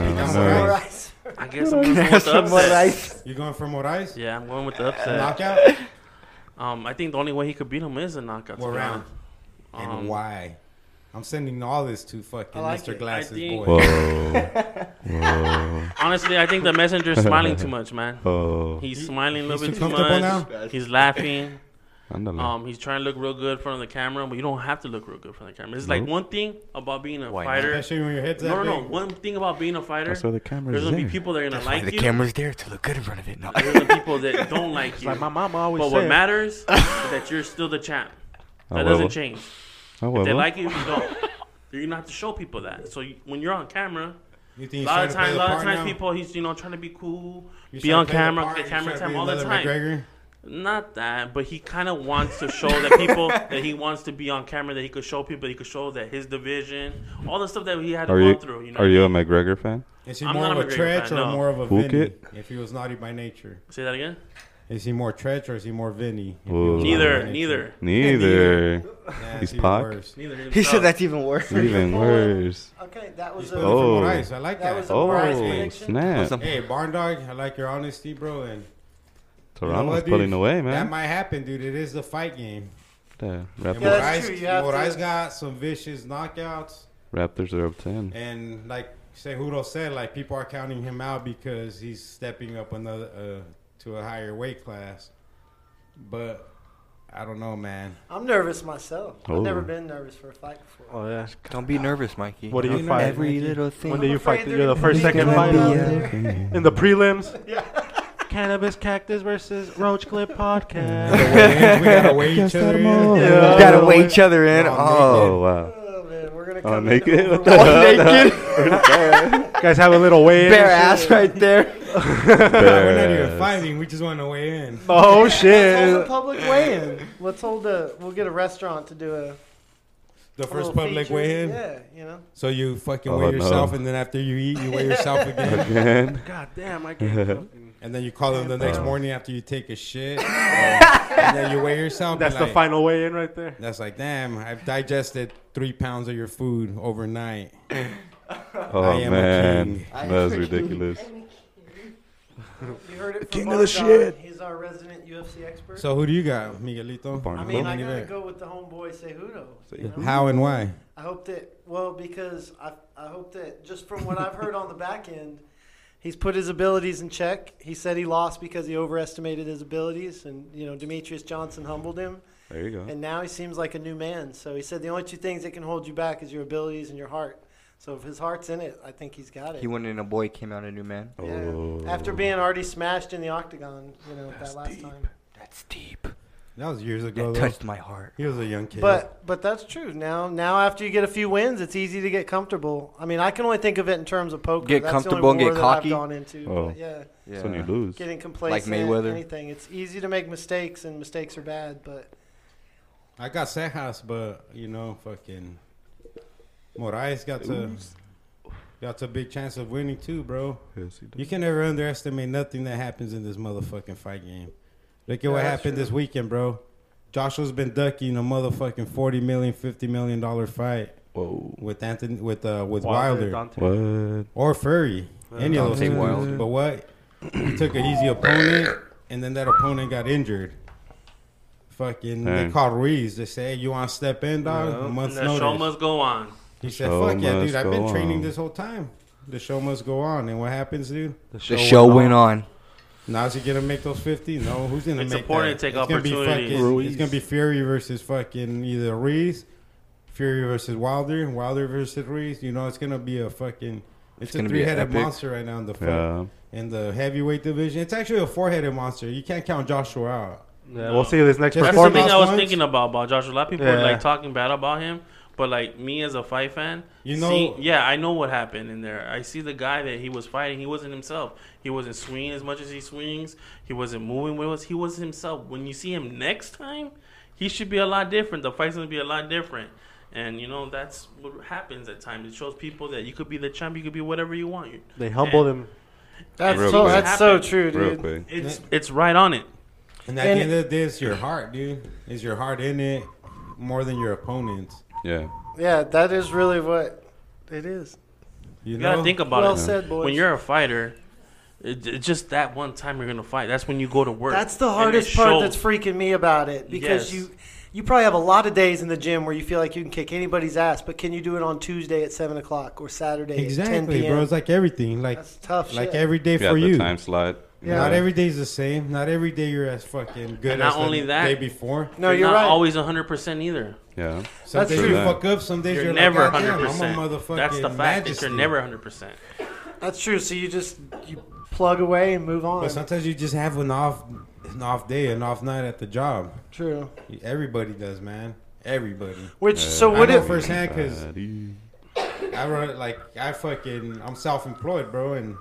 S6: Nice.
S4: wow,
S2: More
S4: wow.
S2: ice.
S7: I guess I'm going with the
S3: Some more
S7: upset.
S3: ice.
S6: You going for Morais?
S7: Yeah, I'm going with the upset.
S6: Knockout?
S7: Um, I think the only way he could beat him is a knockout. to
S6: What
S7: be
S6: round?
S7: honest.
S6: And
S7: Um,
S6: why? I'm sending all this to fucking
S2: I like
S6: Mr.
S2: it.
S6: Glasses
S7: I think-
S6: boy.
S4: Whoa.
S7: Honestly, I think the messenger's smiling too much, man.
S4: Whoa.
S7: He's smiling a little bit
S6: he's too
S7: too
S6: comfortable
S7: much. He's laughing.
S4: Ándale.
S7: Um, he's trying to look real good in front of the camera, but you don't have to look real good in front of the camera. It's like
S4: Nope.
S7: one thing about being a
S3: Why not?
S7: fighter.
S6: Especially when your head's that
S7: No, no, no.
S6: big.
S7: One thing about being a fighter,
S4: That's why the
S7: there's
S4: camera's
S7: gonna be
S4: there.
S7: people that are gonna like
S3: the
S7: you.
S3: camera's there to look good in front of it. No.
S7: There's gonna be people that don't like you.
S8: Like my mama always
S7: But
S8: said.
S7: what matters is that you're still the champ. That doesn't change.
S4: Oh,
S7: They
S4: well.
S7: like you if you don't. You're gonna have to show people that. So you, when you're on camera,
S6: You think
S7: a
S6: he's
S7: lot
S6: trying
S7: of
S6: to play
S7: times, a
S6: the
S7: lot of
S6: part
S7: times
S6: now?
S7: people he's you know trying to be cool,
S6: He's
S7: be
S6: trying
S7: on
S6: to play the
S7: camera,
S6: part?
S7: get
S6: He's
S7: camera
S6: trying to
S7: time
S6: be
S7: all the
S6: Leonard
S7: time.
S6: McGregor?
S7: Not that, but he kind of wants to show that people that he wants to be on camera, that he could show people, he could show that his division, all the stuff that he had to
S4: Are
S7: go
S4: you,
S7: through. You know,
S4: are you a McGregor fan?
S6: Is he
S7: I'm
S6: more
S7: not
S6: of
S7: a
S6: a
S7: McGregor
S6: Tretch
S7: fan,
S6: or
S7: no.
S6: more of a
S4: Hook
S6: Vinny?
S4: it.
S6: If he was naughty by nature,
S7: say that again.
S6: is he more Tretch or is he more Vinny? If he
S4: Ooh.
S6: was naughty by
S7: Neither,
S6: nature.
S7: neither,
S4: Neither.
S6: Yeah,
S4: He's
S6: it's even
S4: Pac.
S6: worse.
S7: neither.
S3: He
S7: himself.
S3: said that's even worse.
S4: Even worse.
S2: Okay, that was
S6: He's
S2: a.
S6: pulling
S4: Oh.
S6: for Morais. I like
S2: That
S6: that.
S2: was a-
S4: Oh,
S2: prediction?
S4: snap.
S3: Some-
S6: hey, Barn Dog, I like your honesty, bro. And you know
S4: Toronto's
S6: what, dude?
S4: pulling away,
S6: That
S4: man.
S6: might happen, dude. It is the fight game.
S4: The
S6: And
S2: Yeah,
S4: Raptors,
S2: that's
S6: Morais-
S2: true. You have
S6: Morais
S2: to-
S6: got some vicious knockouts.
S4: Raptors are up 10.
S6: And like Cejudo said, like people are counting him out because he's stepping up another uh, to a higher weight class. But I don't know, man.
S2: I'm nervous myself.
S4: Oh.
S2: I've never been nervous for a fight before.
S8: Oh yeah.
S3: Don't be nervous, Mikey.
S8: What do you
S6: Every
S8: fight?
S3: Every little
S8: When
S3: thing.
S8: do you
S2: I'm
S8: fight?
S2: afraid
S8: You're the
S2: they're
S8: first,
S2: gonna
S8: second
S2: be
S8: fight
S2: out
S8: out
S2: there.
S8: in the prelims.
S2: Yeah.
S8: Cannabis Cactus versus Roach Clip
S6: We
S8: Podcast.
S6: gotta weigh each other in.
S4: Yeah.
S3: You gotta weigh each other in.
S6: Oh, man.
S3: Oh.
S4: Oh, wow.
S2: Oh man, we're gonna
S4: Oh,
S2: come in
S4: naked? What the
S2: overwhelmed.
S4: hell?
S8: Guys have a little weigh in.
S3: Bare ass right there.
S6: We're not even
S4: Yes.
S6: fighting. We just want to weigh in.
S8: Oh
S2: Let's hold a
S8: shit.
S2: public weigh-in. Let's hold a. We'll get a restaurant to do a. a
S6: The first
S2: little
S6: public
S2: feature.
S6: weigh in.
S2: Yeah, you know.
S6: So you fucking
S4: Oh,
S6: weigh
S4: no.
S6: yourself, and then after you eat, you weigh yourself again,
S4: Again.
S7: God damn, I can't.
S6: and then you call them the next
S4: Oh.
S6: morning after you take a shit, and then you weigh yourself.
S8: That's
S6: and,
S8: the
S6: like,
S8: final weigh in right there.
S6: That's like, damn, I've digested three pounds of your food overnight. I
S4: Oh,
S6: am a
S4: man.
S6: king.
S4: That's ridiculous.
S2: You heard it from King of the shit. He's our resident UFC expert.
S6: So who do you got, Miguelito?
S4: Barnacle.
S2: I mean, I
S6: Barney
S2: gotta
S6: Bear.
S2: go with the homeboy Cejudo. you know?
S6: How and why?
S2: I hope that well because I I hope that just from what I've heard on the back end, he's put his abilities in check. He said he lost because he overestimated his abilities, and you know Demetrius Johnson humbled him,
S4: There you go.
S2: and now he seems like a new man. So he said the only two things that can hold you back is your abilities and your heart. So if his heart's in it, I think he's got it.
S3: He went in a boy, came out a new man.
S2: yeah.
S4: Oh.
S2: After being already smashed in the octagon, you know that last time.
S3: That's deep.
S6: That was years ago.
S3: That
S6: Though.
S3: touched my heart.
S6: He was a young kid.
S2: But but that's true. Now now after you get a few wins, it's easy to get comfortable. I mean, I can only think of it in terms of poker.
S3: Get
S2: that's
S3: comfortable and
S2: the only
S3: get
S2: war that
S3: cocky?
S2: I've gone into. but
S4: Oh.
S2: yeah,
S3: Yeah.
S4: That's when you lose.
S2: getting complacent.
S3: Mayweather?
S2: Anything. It's easy to make mistakes, and mistakes are bad. But
S6: I got Sejas, but you know, fucking Morais got to got a big chance of winning too, bro.
S4: Yes, he
S6: You
S4: does.
S6: can never underestimate nothing that happens in this motherfucking fight game. Look at what
S2: that's
S6: happened this weekend, bro. Joshua's been ducking a motherfucking 40 million, 50 million dollar fight
S4: Whoa.
S6: with Anthony with uh with Wilder.
S8: Dante.
S4: What?
S6: or furry. Any of those
S3: Dante
S6: things.
S3: Wilder.
S6: But what? He took an easy opponent, and then that opponent got injured. Fucking, they
S4: Dang.
S6: called Ruiz. They say, hey, "You want to step in, dog? A
S7: And
S6: month's
S7: the show
S6: notice."
S7: must go on.
S6: he said,
S4: Show
S6: "Fuck yeah,
S4: must
S6: dude! I've been
S4: go
S6: training
S4: on.
S6: this whole time. The show must go on." And what happens, dude?
S3: The show went
S8: on.
S3: on.
S6: Now is he gonna make those fifty? No, who's gonna
S7: It's
S6: make?
S7: important
S6: that?
S7: to take
S6: it's gonna be
S7: opportunities.
S6: fucking-
S4: Ruiz.
S6: It's gonna be Fury versus fucking either Ruiz, Fury versus Wilder, Wilder versus Ruiz. You know, it's gonna be a fucking. It's, a
S3: gonna be
S6: three-headed
S3: epic.
S6: monster right now in the fight.
S4: Yeah.
S6: in the heavyweight division. It's actually a four-headed monster. You can't count Joshua out.
S8: Yeah, We'll see this next
S6: Just-
S7: That's
S6: Performance
S7: the
S8: performance.
S7: thing I was
S6: wise?
S7: thinking about about Joshua. A lot of people are
S8: Yeah.
S7: like talking bad about him, but like me as a fight fan,
S6: You
S7: see-
S6: know-
S7: yeah, I know what happened in there. I see the guy that he was fighting. He wasn't himself. He wasn't swinging as much as he swings. He wasn't moving with us. He was himself. When you see him next time, he should be a lot different. The fight's gonna be a lot different. And you know that's what happens at times. It shows people that you could be the champ, you could be whatever you want. You-
S8: They humbled
S7: And
S8: him.
S2: That's
S4: Real
S2: so.
S4: quick.
S2: That's so
S7: Happened.
S2: true, dude.
S4: Real quick.
S7: It's it's right on it.
S6: And at
S2: And
S6: the end of the day, it's your heart, dude. Is your heart in it more than your opponents?
S4: Yeah.
S2: Yeah, that is really what it is.
S6: You
S7: You
S6: know,
S7: gotta think about
S2: well
S7: it.
S2: said, boys.
S7: When you're a fighter, it, it's just that one time you're gonna fight. That's when you go to work.
S2: That's the
S7: And it
S2: hardest part
S7: shows.
S2: that's freaking me about it because
S7: Yes.
S2: you you probably have a lot of days in the gym where you feel like you can kick anybody's ass, but can you do it on Tuesday at seven o'clock or Saturday at ten
S6: exactly,
S2: p.m.?
S6: bro. It's like everything, like
S2: that's tough.
S6: like
S2: shit.
S6: every day
S4: Yeah,
S6: for
S4: the
S6: you.
S4: time slot.
S2: Yeah.
S6: Not every day's the same. Not every day you're as fucking good
S7: And
S6: as
S7: not only
S6: the
S7: that-
S6: day before.
S2: no,
S7: you're
S2: you're
S7: not
S2: right.
S7: always 100% either.
S4: Yeah.
S6: Some
S2: That's
S6: days
S4: true.
S6: you fuck up. Some days
S7: You're,
S6: you're,
S7: never
S6: like,
S7: 100%.
S6: "Goddamn, I'm a motherfucking
S7: That's the fact.
S6: majesty.
S7: That you're never 100%.
S2: that's true. So you just you plug away and move on.
S6: But sometimes you just have an off, an off day, an off night at the job.
S2: true.
S6: Everybody does, man. Everybody.
S2: Which so
S6: I
S2: what
S6: know
S2: if?
S6: firsthand because
S4: Buddy.
S6: I run like I fucking I'm self-employed, bro, and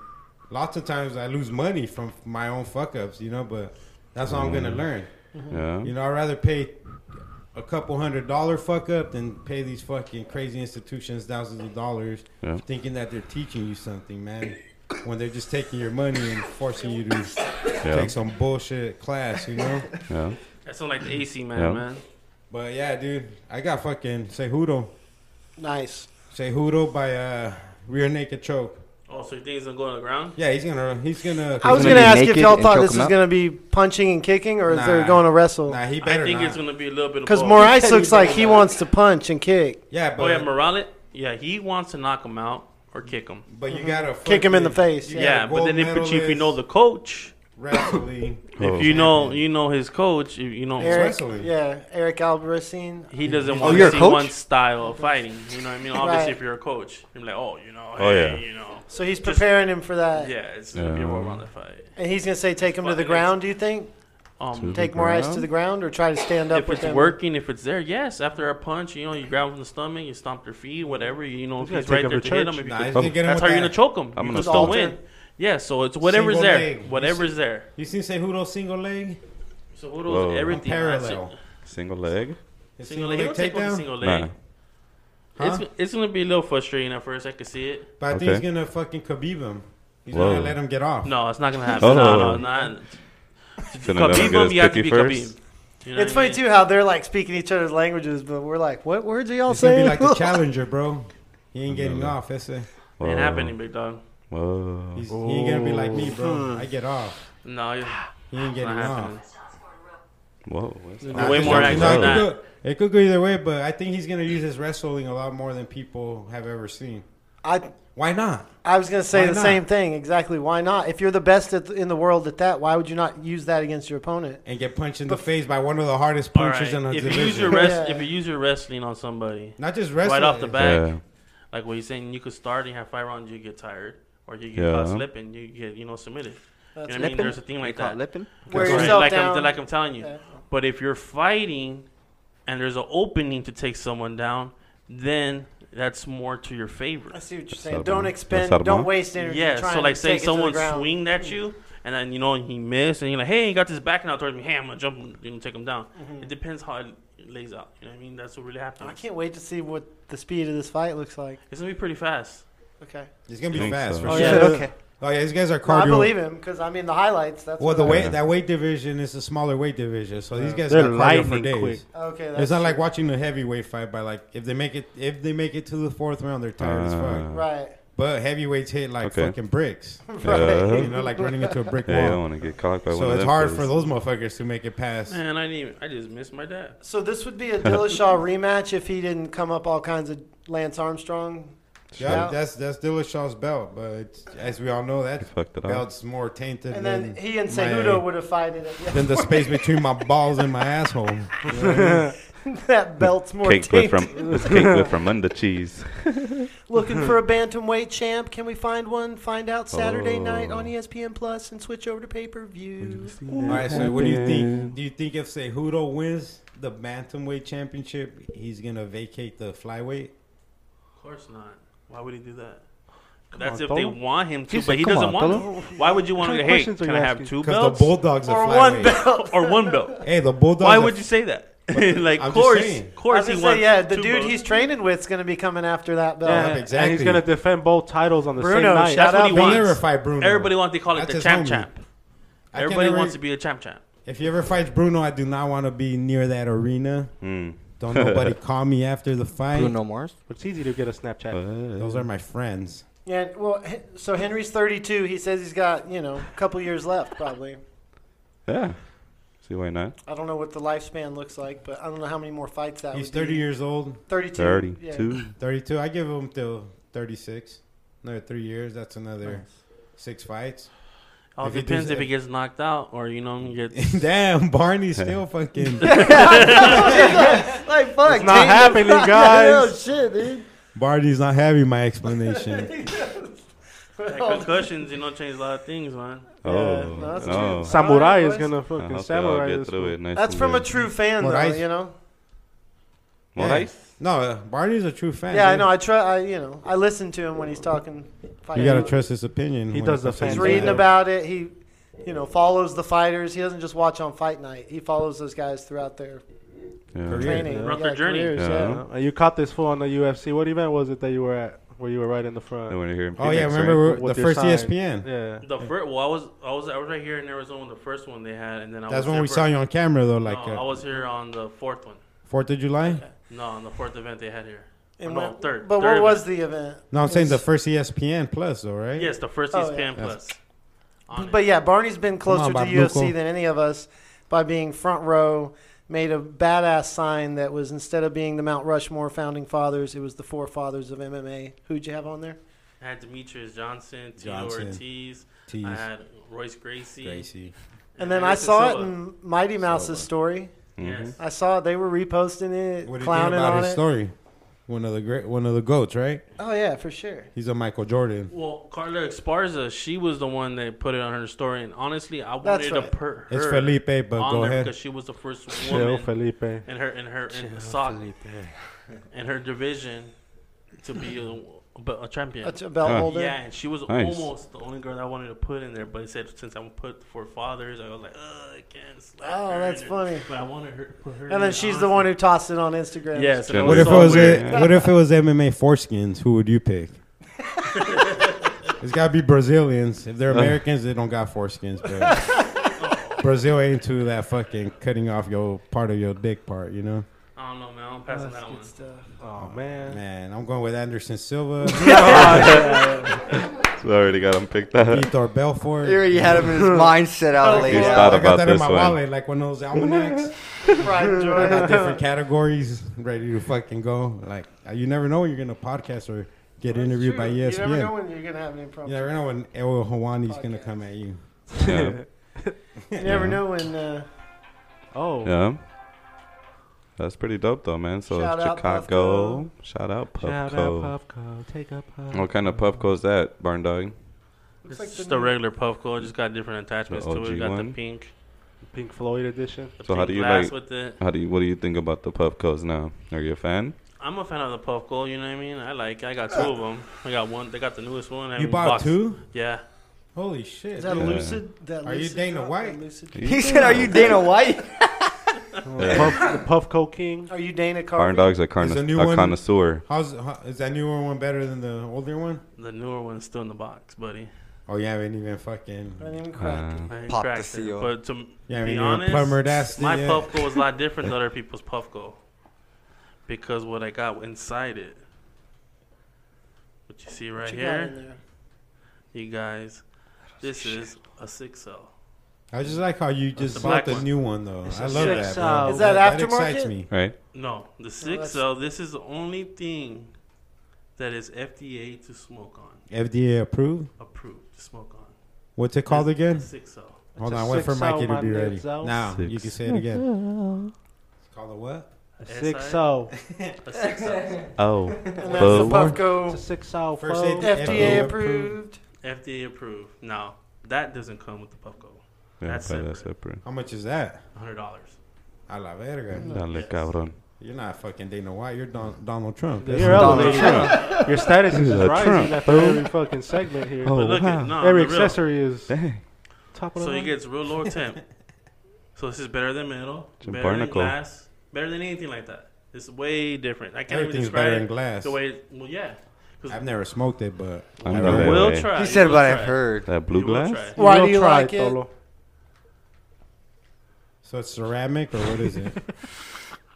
S6: lots of times I lose money from my own fuck ups, you know. But that's what I'm gonna
S2: Mm-hmm.
S6: learn.
S4: Yeah.
S6: You know, I'd rather pay a couple hundred dollar fuck up than pay these fucking crazy institutions thousands of dollars,
S4: Yeah.
S6: thinking that they're teaching you something, man. When they're just taking your money and forcing you to take some bullshit class, you know.
S4: Yeah.
S7: That's not like the AC man,
S4: Yeah.
S7: man.
S6: But yeah, dude, I got fucking Sejudo,
S2: Nice.
S6: Sejudo by uh, rear naked choke.
S7: Oh, so you think he's gonna go on the ground?
S6: Yeah, he's gonna he's gonna.
S2: I was gonna
S3: gonna be
S2: ask if
S3: naked
S2: y'all
S3: and
S2: thought
S3: choke
S2: this
S3: him
S2: was
S3: out?
S2: gonna be punching and kicking, or if they're
S6: Nah.
S2: going to wrestle.
S6: Nah, he better
S7: I think
S6: not.
S7: it's gonna be a little bit of
S2: Because
S7: both.
S2: Morais looks like he wants to punch and kick.
S6: Yeah, but
S7: Oh yeah, Morales. Yeah, he wants to knock him out or kick him.
S6: but you gotta
S2: Kick him in the
S6: fucking-
S2: face,
S6: you
S7: Yeah,
S2: Yeah,
S6: gotta
S7: but then if,
S6: gold
S7: but if you
S6: medalist,
S7: know the coach,
S6: wrestling,
S4: Oh.
S7: if you know you know his coach, you, you know
S2: Eric,
S6: wrestling.
S2: yeah, Eric Albertine.
S7: he doesn't want
S3: Oh, you're a
S7: to see
S3: coach?
S7: one style of fighting. You know what I mean? Obviously,
S2: Right.
S7: if you're a coach, you're like, oh, you know,
S4: Oh,
S7: hey,
S4: yeah.
S7: you know,
S2: So he's
S7: Just-
S2: preparing him for that,
S7: yeah, it's gonna be a
S4: Yeah.
S7: well-rounded fight.
S2: and he's gonna say, "Take him to the
S7: Fucking
S2: ground." Do you think
S7: Um,
S4: the
S2: take Morais to
S4: ground?
S2: the ground or try to stand up
S7: if
S2: with
S7: it's
S2: him?
S7: working, if it's there, yes. After a punch, you know, you grab him in the stomach, you stomp their feet, whatever. You know, if
S8: He's
S7: he's
S8: gonna
S7: right
S8: take
S7: there to
S8: over
S7: hit him,
S8: church.
S7: if you
S6: Nah,
S7: can-
S6: he's
S4: I'm-
S6: gonna get him
S7: that's
S6: with
S7: how you're
S6: that.
S7: gonna choke him.
S4: I'm
S7: you
S4: gonna
S7: can still
S4: alter.
S7: win. Yeah, so it's whatever's
S6: Single
S7: there,
S6: leg. You
S7: whatever's there.
S6: You seen Cejudo single leg?
S7: So who knows
S4: Whoa.
S7: everything?
S6: Parallel.
S7: That's
S4: Single leg.
S7: it.
S6: His
S7: Single leg. He'll take one single leg.
S4: Nah.
S6: Huh?
S7: It's, it's gonna be a little frustrating at first. I can see it.
S6: But I think he's
S4: Okay.
S6: gonna fucking Khabib him. He's
S4: Whoa.
S6: gonna let him get off.
S7: No, it's not gonna happen.
S4: Oh.
S7: No, no, not.
S4: Gonna let him
S7: Khabib,
S4: get his
S7: him, you have to
S4: cookie
S7: be
S4: first?
S7: Khabib. You know
S2: It's
S7: what I
S2: funny
S7: mean?
S2: too how they're like speaking each other's languages, but we're like, "What words are y'all
S6: It's gonna be
S2: saying?"
S6: like the challenger, bro. He ain't getting
S4: Another.
S6: off. That's it.
S4: Whoa.
S7: Ain't happening, big dog.
S4: Whoa.
S6: He's, He ain't gonna be like me,
S2: Hmm.
S6: bro. I get off.
S7: No, it's
S6: He ain't
S7: not
S6: getting
S7: happening.
S6: off.
S4: Whoa. What's that?
S6: Nah,
S7: way
S6: it
S7: more
S6: could-
S7: action
S6: nah, it
S7: than
S6: could go- It could go either way, but I think he's gonna use his wrestling a lot more than people have ever seen.
S2: I
S6: Why not?
S2: I was gonna say
S6: Why
S2: the
S6: not?
S2: same thing. Exactly. Why not? If you're the best at, in the world at that, why would you not use that against your opponent?
S6: And get punched in the face by one of the hardest
S7: All
S6: punchers
S7: right.
S6: in the
S7: If you
S6: division.
S7: use your rest,
S2: Yeah.
S7: if you use your wrestling on somebody,
S6: Not just wrestling.
S7: right off the bat,
S4: Yeah.
S7: like what he's saying, you could start and have five rounds, you get tired, or you get
S4: Yeah.
S7: caught slipping, you get you know submitted. you know what I mean?
S3: Lippin'?
S7: There's a thing
S3: You
S7: like
S3: call it
S7: that.
S3: lippin'?
S2: Wear
S7: Right.
S2: yourself
S7: like,
S2: down.
S7: I'm, like I'm telling you.
S2: Yeah.
S7: But if you're fighting and there's an opening to take someone down, then that's more to your favor.
S2: I see what you're
S4: how
S2: saying.
S4: it
S2: Don't
S4: works.
S2: expend.
S4: That's how it
S2: Don't
S4: works.
S2: waste energy.
S7: Yeah,
S2: trying
S7: so like
S2: to
S7: say
S2: take it to the
S7: someone
S2: ground.
S7: swinged at you and then you know he missed and you're like, Hey, he got this back now towards me, hey, I'm gonna jump and you know, take him down. It depends how it lays out. You know what I mean? That's what really happens.
S2: Mm-hmm. I can't wait to see what the speed of this fight looks like.
S7: It's gonna be pretty fast.
S2: Okay.
S6: It's gonna
S4: I
S6: be
S4: think
S6: fast
S4: so.
S6: for
S2: Oh,
S6: sure.
S2: yeah. Okay.
S6: Oh yeah, these guys are
S2: No,
S6: cardio.
S2: I believe him because I mean the highlights. That's
S6: Well, the
S2: what I-
S6: weight that weight division is a smaller weight division, so these guys
S8: They're
S6: got cardio for
S8: lightning
S6: days.
S8: quick.
S2: Okay. That's
S6: It's not like watching a heavyweight fight. By like, if they make it, if they make it to the fourth round, they're tired as
S4: Uh,
S6: fuck.
S2: right.
S6: But heavyweights hit like
S4: Okay.
S6: fucking bricks,
S4: Yeah.
S6: you know, like running into a brick
S4: Yeah, you don't
S6: wall.
S4: want to get caught by one
S6: so
S4: of
S6: it's
S4: them
S6: hard
S4: 'cause-
S6: for those motherfuckers to make it past.
S7: Man, I didn't even, I just missed my dad.
S2: So this would be a Dillashaw rematch if he didn't come up all kinds of Lance Armstrong.
S6: Yeah, that's that's Dillashaw's belt, but it's, as we all know, that
S4: Fucked it up.
S6: belt's more tainted
S2: And
S6: than
S2: then he and
S6: my-
S2: Cejudo would have fighted it. Yeah,
S6: than the space between my balls and my asshole. You know what I mean?
S2: that belt's more
S4: Cake
S2: tainted.
S4: with from it's cake with from under cheese.
S2: Looking for a bantamweight champ? Can we find one? Find out Saturday night on E
S4: Oh.
S2: ESPN Plus and switch over to pay per view.
S6: All right, so what do you think? Do you think if Cejudo wins the bantamweight championship, he's gonna vacate the flyweight?
S7: Of course not. Why would he do that? That's
S8: on,
S7: if they
S8: Tolo.
S7: want him to,
S3: He said,
S7: but he
S3: "Come
S7: doesn't
S3: on,
S7: want
S3: Tolo."
S7: to. Why would you want
S8: What
S7: to?
S8: kind of
S7: Hey,
S8: questions
S7: can
S8: are
S7: I
S8: you
S7: have
S8: asking?
S7: two
S6: Because the
S7: belts
S6: Bulldogs are
S2: Or
S6: flyweight.
S2: one belt.
S7: or one belt?
S6: Hey, the Bulldogs.
S7: Why
S6: are-
S7: would you say that? like,
S6: I'm just
S7: course,
S6: saying.
S2: I
S7: course,
S2: was
S7: he
S2: gonna
S7: wants.
S2: say, yeah, the
S7: two
S2: dude
S7: votes.
S2: he's training with is going to be coming after that belt.
S6: Yeah.
S8: And he's
S6: Oh, Exactly.
S8: gonna defend both titles on the
S2: Bruno,
S8: same night.
S2: shout
S7: That's what
S2: out
S7: he
S6: They'll
S7: wants.
S6: never fight Bruno.
S7: Everybody wants to call it
S6: That's
S7: the
S6: his
S7: champ
S6: homie.
S7: champ.
S6: I can
S7: Everybody
S6: never-
S7: wants to be a champ champ.
S6: If he ever fights Bruno, I do not want to be near that arena.
S4: Hmm.
S6: Don't nobody call me after the fight.
S3: Bruno Mars.
S8: It's easy to get a Snapchat.
S4: Uh,
S6: Those are my friends.
S2: Yeah, well, he- so Henry's 32. He says he's got, you know, a couple years left, probably.
S4: Yeah. See why not?
S2: I don't know what the lifespan looks like, but I don't know how many more fights that
S6: He's
S2: would
S6: 30
S2: be.
S6: years old,
S2: 32. yeah.
S4: Thirty-two.
S6: 32. I give him till 36. Another three years. That's another six fights.
S7: All
S6: If he
S7: depends
S6: does-
S7: if he gets knocked out or you know gets.
S6: Damn, Barney's still fucking.
S2: Like, fuck,
S8: It's not
S2: dude.
S8: happening,
S2: oh,
S8: guys.
S2: shit, dude.
S6: Barney's not having my explanation.
S7: Like, concussions, you know, change a lot of things, man.
S4: Oh
S2: no, that's
S4: no.
S2: true.
S8: Samurai
S2: Alright,
S8: is
S2: boys.
S8: gonna
S4: I
S8: fucking
S4: hope they all
S8: samurai
S4: get
S8: this.
S4: through
S8: fool.
S4: it nice
S2: That's
S4: and
S2: from a
S4: good.
S2: true fan,
S6: Well,
S2: though,
S6: I-
S2: you know?
S4: Well,
S6: Yeah.
S4: nice.
S6: No, uh, Barney's a true fan.
S2: Yeah, I
S6: dude.
S2: know. I try, I, you know, I listen to him when he's talking.
S6: You
S2: fighting.
S6: gotta trust his opinion.
S8: He
S6: when it
S8: does the
S6: comes to
S2: He's
S6: these
S8: fan
S2: reading
S8: Yeah.
S6: guys.
S2: about it. He, you know, follows the fighters. He doesn't just watch on fight night. He follows those guys throughout their
S4: Yeah.
S6: Career.
S2: training.
S7: Throughout
S2: yeah,
S7: their journey.
S2: careers,
S4: Yeah.
S2: yeah.
S8: Uh, you caught this fool on the UFC. What event was it that you were at? Where you were right in the front.
S4: They want to hear him.
S6: Oh yeah,
S4: Phoenix,
S6: remember
S8: With
S6: the
S8: your
S6: first E
S8: sign.
S6: ESPN?
S8: Yeah.
S7: The first, well, I was, I was, I was right here in Arizona. The first one they had, and then I was.
S6: That's when
S7: there
S6: we
S7: for-
S6: saw you on camera though,
S7: No,
S6: like uh,
S7: I was here on the fourth one.
S6: Fourth of July.
S7: No, on the fourth event they had here.
S2: And
S7: no,
S2: what-
S7: third.
S2: But
S7: third
S2: what was the event?
S6: No, I'm saying
S2: It
S6: the
S2: was-
S6: first E ESPN Plus though, right?
S7: Yes, the first
S2: Oh,
S7: East
S2: yeah.
S7: Pan
S6: Yes.
S7: Plus. On
S2: But
S7: it.
S2: yeah, Barney's been closer
S6: on,
S2: to
S6: Bob
S2: UFC
S6: Nuckel.
S2: than any of us by being front row. Made a badass sign that was instead of being the Mount Rushmore founding fathers, it was the forefathers of MMA. Who'd you have on there?
S7: I had Demetrius Johnson, Tito
S6: Johnson.
S7: Ortiz.
S6: Tease.
S7: I
S8: Uh,
S7: had Royce Gracie.
S6: Gracie.
S2: And then I
S7: Anderson
S2: saw it
S7: Silva.
S2: in Mighty Mouse's
S6: Silva.
S2: story.
S4: Mhm.
S6: Mm-hmm.
S7: Yes.
S2: I saw it. They were reposting it,
S6: What do you think
S2: clowning
S6: about
S2: on
S6: his
S2: it.
S6: story? One of the great, one of the goats, right?
S2: Oh yeah, for sure.
S6: He's a Michael Jordan.
S7: Well, Carla Esparza, she was the one that put it on her story, and honestly, I
S2: That's
S7: wanted
S2: right.
S7: to put her
S6: It's Felipe, but
S7: on
S6: go
S7: there
S6: ahead.
S7: because she was the first
S8: Chill,
S7: woman
S8: Felipe. It
S7: in her in her in the sock in her division to be a, but a champion.
S2: That's a belt
S4: Huh.
S2: holder.
S7: yeah, and she was
S4: Nice.
S7: almost the only girl that I wanted to put in there, but it said since I'm put for fathers, I was like, Ugh, I can't. Slap
S2: Oh,
S7: her
S2: that's
S7: in it."
S2: funny.
S7: But I wanted her to put her.
S2: And then she's the one who tossed it on Instagram.
S7: Yes.
S4: What
S6: What
S4: It's
S6: if it
S4: all
S6: was
S4: weird.
S6: a, What if it was MMA foreskins? Who would you pick? it's gotta be Brazilians. If they're Americans, they don't got foreskins. But Brazil ain't to that fucking cutting off your part of your dick part, you know.
S7: I don't know, man. I'm passing that one.
S8: Oh man.
S6: Man, I'm going with Anderson Silva,
S4: So I already got him picked up.
S6: Vitor Belfort.
S3: He already had him in his mindset out
S4: He's
S3: laid out.
S4: thought
S6: I got
S4: about
S6: that in
S4: this
S6: my
S4: one.
S6: wallet, like one of those almanacs.
S2: Right,
S6: I
S2: Jordan.
S6: got different categories ready to fucking go. Like uh, you never know when you're gonna podcast or get interviewed by E
S2: You never know
S6: ESPN.
S2: when you're gonna have an impromptu.
S6: You never know when El Hawani's gonna come at you.
S4: Yeah.
S2: You never know when. Uh,
S8: Oh.
S4: yeah. That's pretty dope though, man. So
S2: Shout out
S4: Chicago. shout out
S8: Shout
S4: Pupco.
S8: out Puffco. Take up.
S4: What kind of Pupco is that, Barn Dog?
S7: It's
S2: like the
S7: just a regular puff coat. Just got different attachments
S4: The
S7: to it.
S4: OG
S7: Got the
S4: one?
S7: pink,
S8: Pink Floyd edition.
S7: the
S4: So how
S7: pink
S4: do you
S7: glass
S4: like-
S7: with it.
S4: How do you? What do you think about the Pupcos now? Are you a fan?
S7: I'm a fan of the puff coat. You know what I mean? I like. I got two of them. I got one. They got the newest one. I
S6: Uh. You
S7: haven't
S6: bought
S7: boxed-
S6: two?
S7: Yeah.
S6: Holy shit!
S2: is that
S6: dude.
S4: Yeah.
S2: lucid? That
S6: Are you
S2: lucid
S6: Dana
S2: cup?
S6: White?
S2: That lucid-
S3: He said, "Are you Dana White?"
S8: Puff, the Puffco King.
S2: Are you Dana
S4: Barn
S2: Carvey?
S4: Dog's a, carn-
S6: Is
S4: a,
S6: the new one-
S4: connoisseur.
S6: How's how, is that newer one better than the older one?
S7: The newer one's still in the box, buddy.
S6: Oh, you haven't even fucking.
S2: I didn't even crack it.
S4: Uh,
S7: I ain't
S3: Pop the
S7: cracked it,
S3: seal.
S7: But to m-
S6: You haven't
S7: be
S6: even
S7: honest,
S6: plumbered ass
S7: my
S6: yet.
S7: puff coat was a lot different than other people's puff coat because what I got inside it, what you see right
S2: What you got in
S7: here,
S2: there?
S7: you guys, this is a six cell.
S6: I just like how you just
S7: the
S6: bought
S7: black
S6: the
S7: one.
S6: new one though.
S8: It's
S6: I
S8: a
S6: love that.
S8: six,
S6: Bro.
S8: uh,
S2: Is that
S6: that
S2: aftermarket?
S6: excites me.
S4: right?
S7: No, the six
S2: that's-
S7: cell. This is the only thing that is FDA to smoke on,
S6: FDA approved.
S7: approved to smoke on.
S6: What's it called again?
S7: Six oh. cell.
S6: Hold
S8: a
S6: on, wait for
S8: six-cell
S6: Mikey to be
S8: Monday
S6: ready.
S8: cell.
S6: Now you
S4: Six.
S6: can say it again. It's called a what?
S8: A
S7: SI?
S8: six oh. O.
S7: A six cell.
S4: Oh,
S2: And that's the
S4: Bo.
S8: It's a
S2: Puffco
S8: six oh O.
S6: First
S8: foe.
S6: aid-
S2: FDA
S6: FDA
S2: approved.
S6: approved.
S7: FDA approved. Now that doesn't come with the puff coat.
S4: yeah,
S7: That's
S4: probably that's
S6: How much is that?
S7: Hundred dollars.
S6: A la verga.
S4: separate. Dale,
S7: Yes.
S4: cabrón.
S6: You're not fucking Dana White. You're Don- Donald Trump.
S8: You're elevated. Your status is
S4: He's a
S8: rising
S4: Trump,
S8: after every fucking segment here.
S4: Oh,
S7: But look
S4: wow.
S7: at no,
S8: every
S7: the real-
S8: accessory is
S4: Dang.
S8: top of the
S7: So it
S8: line.
S7: gets real low temp. so this is better than metal,
S4: a
S7: better
S4: barnacle.
S7: than glass, better than anything like that. It's way different. I can't even
S6: Everything's
S7: describe
S6: better in
S7: it
S6: glass.
S7: the way. Well, yeah,
S6: I've never smoked it, but
S4: I'm
S6: I
S4: not
S6: really-
S4: that
S7: we'll
S4: way.
S7: try.
S3: He said
S7: You
S3: what
S7: will
S3: I've
S7: try.
S3: heard.
S4: That
S7: You
S4: blue
S7: will try.
S4: glass?
S2: Why
S8: We'll
S2: do you
S8: try
S2: like it?
S8: Tolo.
S6: So it's ceramic or what is it?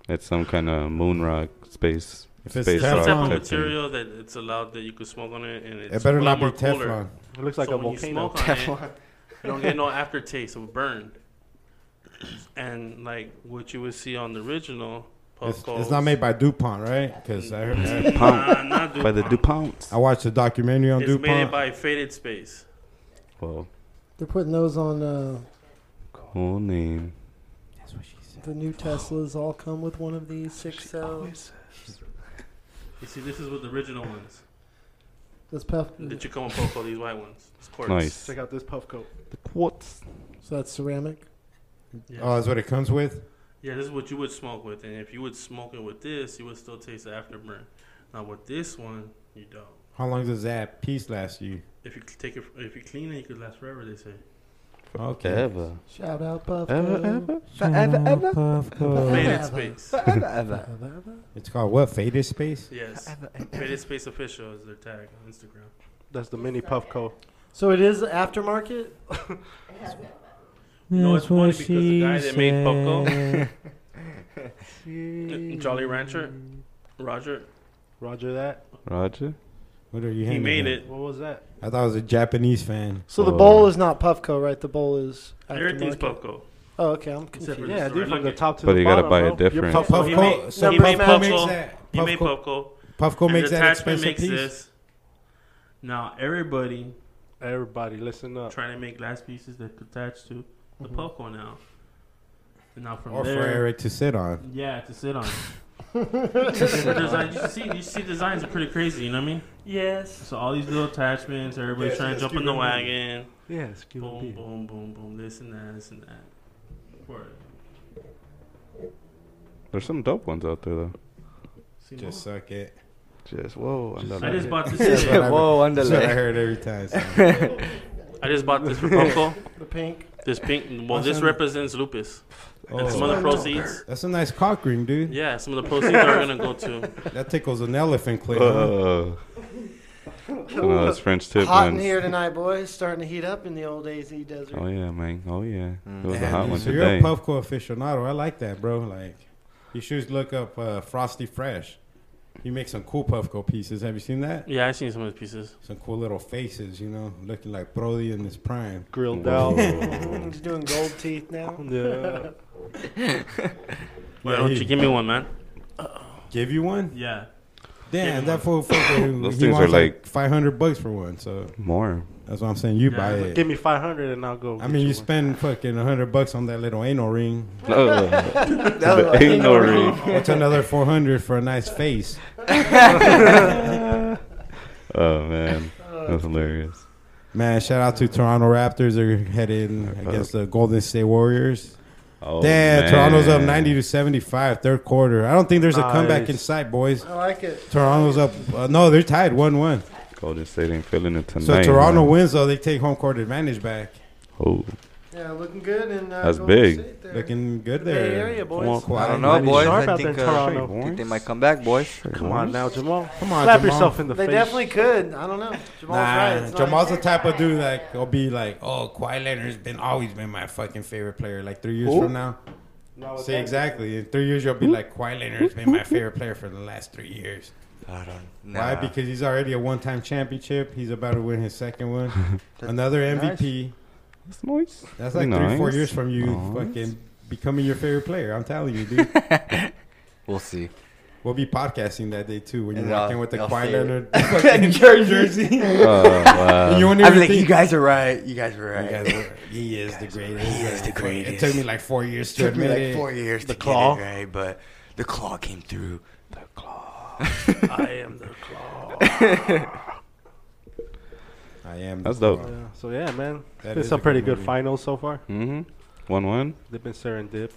S4: It's some kind of moon rock space.
S6: If it's
S4: Space
S7: It's a
S4: rock
S7: type
S6: Teflon.
S7: of
S4: type thing.
S7: material that it's allowed that you could smoke on it, and it's
S6: It better
S7: a
S6: not
S7: lot
S6: be
S7: more cooler.
S6: Teflon.
S8: It looks like
S7: so
S8: a
S7: when you
S8: volcano.
S7: smoke on it, you don't get no aftertaste of burn. And like what you would see on the original Puff
S6: It's, it's not
S7: Goes-
S6: made by DuPont, right? Because I, heard-
S7: Nah,
S4: Pump.
S7: not
S4: By the
S7: DuPont.
S4: DuPonts.
S6: I watched a documentary on
S7: It's made
S6: DuPont.
S7: by Faded Space.
S4: Well,
S2: They're putting those on uh,
S4: cool name.
S2: the new Teslas. All come with one of these six cells.
S7: You see, this is with the original ones.
S2: That's puff.
S7: Did you come and poke all these white ones? It's quartz.
S4: Nice.
S8: Check out this puff coat.
S4: The quartz.
S2: So that's ceramic.
S7: Yeah.
S6: oh, that's what it comes with.
S7: yeah, this is what you would smoke with, and if you would smoke it with this, you would still taste the afterburn. Now with this one, you don't.
S6: How long does that piece last you?
S7: If you take it, if you clean it, you could last forever. They say.
S6: Okay.
S4: Ever.
S2: Shout out puff.
S4: Ever,
S2: Go.
S4: ever.
S7: Faded Space.
S3: Ever, ever.
S6: It's called what? Faded space.
S7: Yes. Faded Space Official is their tag on Instagram.
S8: That's the mini puff coat.
S2: So it is aftermarket.
S7: No, it's funny because the guy that made Poco, Jolly Rancher, Roger,
S8: Roger that.
S4: Roger.
S6: What are you?
S7: he
S6: handing
S7: made
S6: me?
S7: it.
S8: What was that?
S6: I thought it was a Japanese fan.
S2: So the
S4: Oh.
S2: bowl is not Puffco, right? The bowl is
S7: Everything's
S2: aftermarket.
S7: Poco.
S2: Oh, okay. I'm
S7: Except for
S2: confused.
S7: this
S8: Yeah,
S7: is
S8: dude,
S7: red
S8: from the
S7: lucky.
S8: top to
S4: But
S8: the
S4: you
S8: bottom.
S4: gotta buy
S8: bro.
S4: it different.
S8: Your puff
S7: Well,
S8: coat.
S7: he
S6: Puffco-
S7: made,
S6: so
S7: he
S2: Puffco
S7: made
S6: makes
S7: Poco.
S6: that-
S7: He made
S6: Puffco-
S7: Poco.
S6: Puffco
S7: And
S6: makes
S7: the
S6: that
S7: attachment
S6: expensive
S7: makes
S6: piece.
S7: this. Now everybody
S8: Everybody, listen up.
S7: trying to make glass pieces that could attach to the Poco now. And now from
S6: Mm-hmm. Or for
S7: there,
S6: Eric to sit on.
S7: yeah, to sit on. The design, you see, you see, designs are pretty crazy. You know what I mean?
S2: Yes.
S7: So all these little attachments, everybody's
S6: Yes,
S7: trying
S6: yes,
S7: to jump
S6: keep
S7: in the
S6: it moving.
S7: wagon.
S8: Yeah, excuse
S7: Boom,
S8: me.
S7: boom, boom, boom. This and that, this and that. Word.
S4: There's some dope ones out there though.
S7: See,
S6: Just suck it.
S4: Just whoa. I'm
S7: no?
S4: not
S7: I just
S4: like-
S7: bought
S6: That's what
S7: this.
S6: I-
S3: Whoa,
S6: That's what I
S3: underlay.
S6: heard every time. so.
S7: I just bought this for Poco.
S2: The pink.
S7: This pink. Well, this
S6: Awesome.
S7: represents lupus. And some
S6: Oh.
S7: of the proceeds.
S6: That's a nice cock ring, dude.
S7: Yeah, some of the proceeds are gonna go to.
S6: That tickles an elephant clip.
S7: Uh,
S6: huh?
S4: Whoa. no, that's French tip
S2: hot
S4: ones.
S2: in here tonight, boys. Starting to heat up in the old AZ desert.
S4: Oh yeah, man. Oh yeah. It was a
S6: Damn,
S4: hot
S6: dude,
S4: one
S6: so you're a
S4: today.
S6: Puffco aficionado. I like that, bro. Like, you should look up uh, Frosty Fresh. He makes some cool Puffco pieces. Have you seen that?
S7: Yeah, I seen some of the pieces.
S6: Some cool little faces, you know, looking like Brody in his prime.
S8: Grilled
S4: Whoa.
S8: down.
S2: He's doing gold teeth now.
S8: yeah.
S7: Why
S6: Yeah,
S7: don't
S6: he-
S7: you give me one, man?
S6: Give you one?
S7: Yeah.
S6: Damn, that fool fucking.
S4: Those
S6: he
S4: things
S6: wants
S4: are like-
S6: five hundred bucks for one. So
S4: More.
S6: that's what I'm saying. You
S7: Yeah,
S6: buy
S7: but
S6: it.
S8: Give me 500 and I'll go.
S6: I
S8: get
S6: mean, you
S8: one.
S6: spend fucking hundred bucks on that little anal ring.
S4: Ugh.
S3: That
S4: Ain't no ring.
S6: What's another four hundred for a nice face?
S4: Oh man, that's hilarious.
S6: Man, shout out to Toronto Raptors. They're heading
S4: Uh,
S6: against the Golden State Warriors.
S4: Oh,
S6: Damn, Toronto's up
S4: man.
S6: 90 to 75, third quarter. I don't think there's a comeback
S8: Nice.
S6: in sight, boys.
S2: I like it.
S6: Toronto's up. Uh, no, they're tied 1 1.
S4: Golden State ain't feeling it tonight.
S6: So Toronto
S4: man.
S6: wins, though. They take home court advantage back.
S4: Oh,
S2: Yeah, looking good and uh,
S4: That's
S2: Golden
S4: big.
S2: State there.
S6: Looking good
S2: Bay
S6: there.
S2: Area, boys.
S6: Kawhi
S3: I don't know,
S6: Leonard.
S3: boys.
S8: sharp
S3: I
S8: out there
S3: think,
S8: in
S3: uh,
S8: Toronto.
S3: think they might come back, boys.
S8: Come on now, Jamal.
S6: Come on,
S8: Slap
S6: Jamal.
S8: yourself in the
S2: They
S8: face.
S2: definitely could. I don't know. Jamal's right.
S6: Nah,
S2: It's not-
S6: Jamal's the type of dude that will be like, oh, Kawhi Leonard's been always been my fucking favorite player. Like three years
S8: Who?
S6: from now.
S8: No,
S6: See, exactly. In three years, you'll be like, Kawhi Leonard's been my favorite player for the last three years.
S3: I don't know.
S6: Why? Because he's already a one-time championship. He's about to win his second one. Another MVP.
S4: that's nice.
S6: That's like three, four years from you
S4: Nice.
S6: fucking becoming your favorite player. I'm telling you, dude.
S3: We'll see.
S6: we'll be podcasting that day too when you're
S3: And
S6: walking
S3: I'll-
S6: with the
S3: I'll
S6: Kawhi
S3: see it.
S6: Leonard fucking jersey.
S4: Oh, wow.
S6: And you won't
S3: I'm
S6: even
S3: like, you
S6: think-
S3: guys are right. You guys were
S6: You
S3: right.
S6: guys were- he is the greatest.
S3: He is the
S6: It
S3: greatest.
S6: took me like four years to
S3: took me
S6: admit
S3: like
S6: it.
S3: four years
S7: The
S3: to
S7: claw.
S3: get it right, but the claw came through. The claw.
S7: I am the claw.
S6: I am.
S4: That's
S6: the
S4: dope.
S6: Kawhi.
S8: Yeah. So yeah, man,
S6: That
S8: it's
S6: is
S8: a
S6: a
S8: pretty
S6: good
S8: good
S6: movie.
S8: final so far.
S4: Mm-hmm. One-one.
S8: They've been serendiped.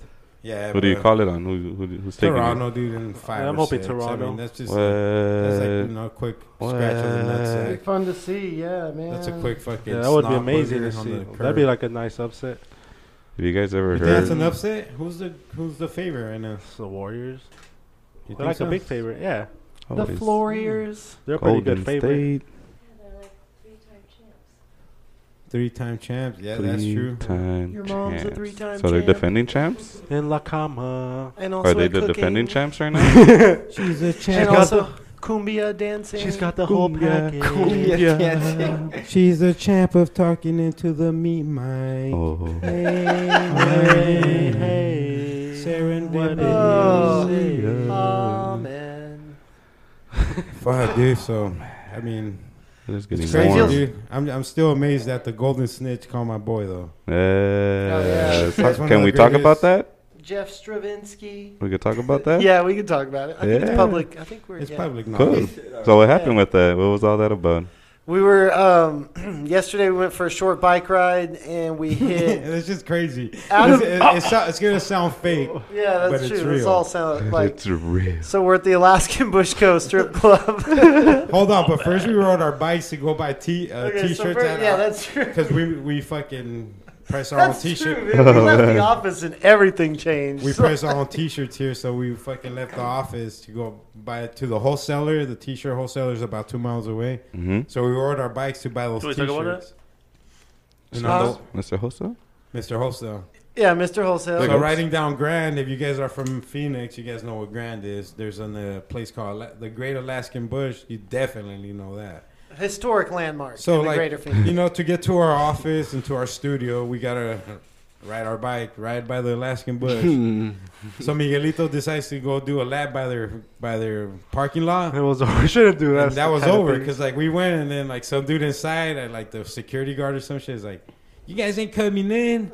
S6: Yeah.
S4: Who do you
S6: but
S4: call it on? Who, who who's taking
S6: Toronto, dude, in five.
S8: Yeah, I'm
S6: or
S8: hoping
S6: six. I
S8: Toronto.
S6: mean, that's
S4: it?
S6: just that's like you
S4: What?
S6: know, a quick scratch of the
S2: It'd be
S6: nutsack.
S2: fun to see. Yeah, man.
S6: That's a quick fucking.
S8: Yeah, that would be
S6: snot
S8: amazing to
S6: booger on
S8: see.
S6: the
S8: That'd be
S6: curb.
S8: like a nice upset.
S4: Have you guys ever
S6: You think
S4: heard?
S6: that's an upset? Who's the who's the favorite right now?
S8: It's the Warriors.
S6: You
S8: They're like a big favorite. Yeah,
S4: Oh,
S2: the
S4: it's
S2: Floriers.
S8: they're a pretty
S4: Golden
S8: good
S4: State,
S8: favorite.
S6: Three time champs. Yeah, that's true.
S4: three-time
S2: Your mom's a
S4: champs.
S2: three-time
S4: So they're
S2: champ.
S4: defending champs.
S8: In La Cama.
S2: And also
S4: Are they
S2: a
S4: the
S2: cooking,
S4: defending champs right now?
S6: She's a
S2: And
S8: got
S2: also cumbia dancing.
S8: She's got the whole
S6: Cumbia,
S8: package.
S3: Cumbia dancing.
S6: She's a champ of talking into the meat mic.
S4: oh,
S8: Hey, hey.
S6: Serendipity.
S2: Oh,
S8: Hey.
S4: Oh.
S2: amen.
S6: Fuck, dude. So, I mean,
S4: it's getting
S6: it's
S4: warm.
S6: crazy, dude. I'm, I'm still amazed that the Golden Snitch called my boy, though.
S4: Yes.
S6: Oh, That's one of
S4: Can
S6: the
S4: we talk about
S6: greatest-
S4: that?
S2: Jeff Stravinsky.
S4: We could talk about that.
S2: Yeah, we can talk about it. I think it's
S4: Yeah.
S2: public. I think we're.
S6: It's
S2: yeah.
S6: public
S4: Cool.
S6: knowledge.
S4: So what happened with that? What was all that about?
S2: We were um, yesterday. We went for a short bike ride and we hit.
S6: it's just crazy.
S2: Out
S6: It's,
S2: of-
S6: it- it's, so- it's gonna sound fake.
S2: yeah,
S6: But
S2: that's
S6: it's
S2: true. It's
S6: real.
S2: all sound like.
S4: it's real.
S2: So we're at the Alaskan Bush Coast Strip Club.
S6: Hold on, but first we rode our bikes to go buy t uh,
S2: Okay, so
S6: t-shirts.
S2: first-
S6: at
S2: yeah,
S6: our-
S2: that's true.
S6: Because we we fucking press our own
S2: That's
S6: t-shirt.
S2: true. Man. We left the office and everything changed.
S6: We
S2: So-
S6: press our own t-shirts here, so we fucking left the office to go buy it to the wholesaler. The t-shirt wholesaler is about two miles away,
S4: Mm-hmm.
S6: so we rode our bikes to buy those
S7: Can we talk
S6: t-shirts.
S7: about
S6: And on
S2: Huh?
S4: Mr.
S2: Um,
S4: Hossa?
S6: the- Mr. Wholesale.
S2: yeah, Mr. Wholesale.
S6: So writing down Grand, if you guys are from Phoenix, you guys know what Grand is. There's on the place called Ala- the Great Alaskan Bush. You definitely know that.
S2: historic landmark.
S6: So
S2: in the
S6: like
S2: Greater Phoenix.
S6: you know, to get to our office and to our studio, we gotta ride our bike, ride by the Alaskan bush. so Miguelito decides to go do a lap by their by their parking lot.
S8: It was. We shouldn't do that.
S6: And that was over because like we went and then like some dude inside at like the security guard or some shit is like, you guys ain't coming in.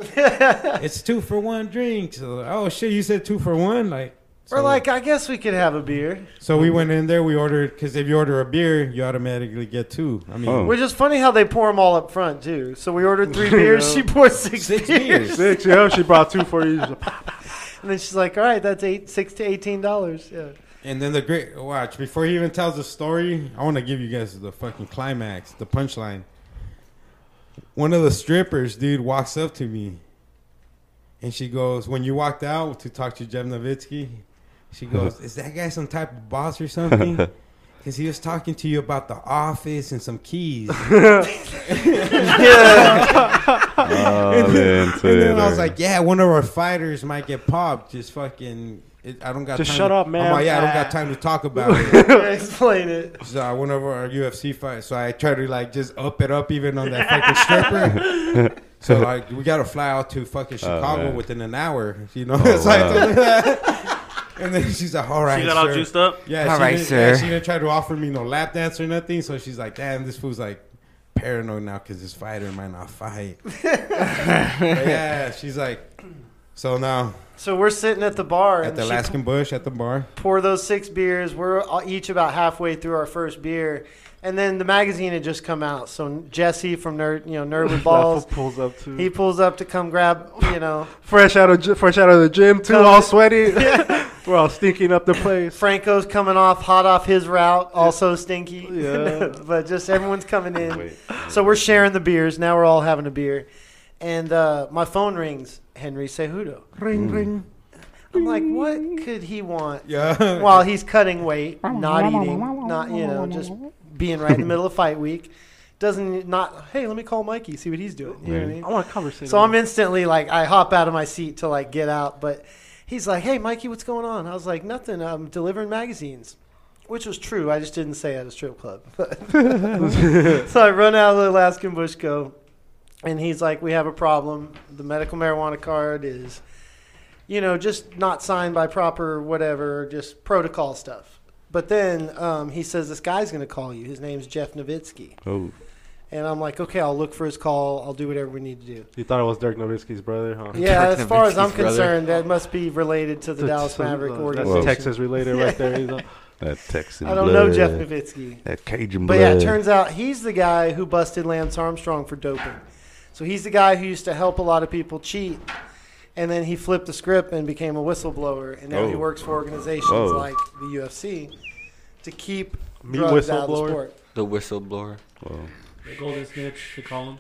S6: it's two for one drink. So, oh shit, you said two for one like.
S2: Or
S6: so-
S2: like, I guess we could have a beer.
S6: so we went in there. We ordered because if you order a beer, you automatically get two. I mean,
S4: Oh.
S2: Which is funny how they pour them all up front too. So we ordered three beers. She poured six,
S6: Six
S2: beers,
S6: beers.
S8: six. Yeah, she brought two for you.
S2: and then she's like, "All right, that's eight, six to eighteen dollars." Yeah.
S6: And then the great watch before he even tells the story, I want to give you guys the fucking climax, the punchline. One of the strippers, dude, walks up to me, and she goes, "When you walked out to talk to Jeff Nowitzki, she goes, is that guy some type of boss or something?" Because he was talking to you about the office and some keys.
S4: All
S6: and
S4: in
S6: then, and then I
S4: Taylor.
S6: was like, yeah, one of our fighters might get popped. Just fucking, it, I don't got
S8: Just
S6: time
S8: shut
S6: to-
S8: up, man.
S6: I'm like, yeah, I don't got time to talk about it.
S2: Yeah, Explain it.
S6: So I went over our UFC fight. So I tried to like just up it up even on that fucking stripper. So like we gotta fly out to fucking Chicago
S4: man.
S6: within an hour. You know,
S4: Oh,
S6: it's like
S4: wow.
S6: and then she's like, "All right,
S7: she got all
S6: sir."
S7: juiced up.
S6: Yeah,
S3: All
S6: she
S3: right,
S6: didn't, yeah,
S3: sir.
S6: she didn't try to offer me no lap dance or nothing. So she's like, "Damn, this fool's like." Paranoid now because this fighter might not fight. But yeah, she's like, so now
S2: So we're sitting at the bar,
S6: at
S2: and
S6: the
S2: she
S6: Alaskan Bush at the bar.
S2: pour those six beers. We're all- each about halfway through our first beer, and then the magazine had just come out. So Jesse from Nerd, you know, Nerd with Balls,
S8: pulls up too.
S2: he pulls up to come grab, you know,
S8: fresh out of gy- fresh out of the gym too,
S2: No.
S8: all sweaty. We're all stinking up the place.
S2: Franco's coming off hot off his route, also stinky.
S8: Yeah.
S2: but just everyone's coming in.
S4: Wait.
S2: So we're sharing the beers. Now we're all having a beer, and uh, my phone rings. Henry Cejudo.
S8: Ring ring.
S2: I'm like, what could he want
S6: Yeah.
S2: while he's cutting weight, not eating, not you know, just being right in the middle of fight week. Doesn't not hey, let me call Mikey, see what he's doing. You know what I mean?
S8: I want a conversation.
S2: So I'm instantly like I hop out of my seat to like get out, but he's like, "Hey, Mikey, what's going on?" I was like, "Nothing. I'm delivering magazines," which was true. I just didn't say at a strip club. so I run out of the Alaskan Bush Go, and he's like, "We have a problem. The medical marijuana card is, you know, just not signed by proper whatever, just protocol stuff." But then um, he says, "This guy's going to call you. His name's Jeff Nowitzki."
S4: Oh,
S2: And I'm like, "Okay, I'll look for his call. I'll do whatever we need to do."
S8: You thought it was Dirk Nowitzki's brother, huh?
S2: Yeah,
S3: Dirk
S2: as far as I'm
S3: Nowitzki's brother.
S2: concerned, that must be related to the Dallas Maverick organization.
S8: That's Texas related right there. He's a-
S4: that Texan.
S2: I don't know
S4: blood.
S2: Jeff Nowitzki.
S4: That Cajun
S2: But
S4: blood.
S2: yeah, it turns out he's the guy who busted Lance Armstrong for doping. So he's the guy who used to help a lot of people cheat. And then he flipped the script and became a whistleblower. And now he
S4: Oh.
S2: works for organizations
S4: Whoa.
S2: like the UFC to keep
S8: Me
S2: drugs out of the
S8: whistleblower?
S2: sport.
S3: The whistleblower.
S4: Whoa.
S7: The golden snitch, they call him.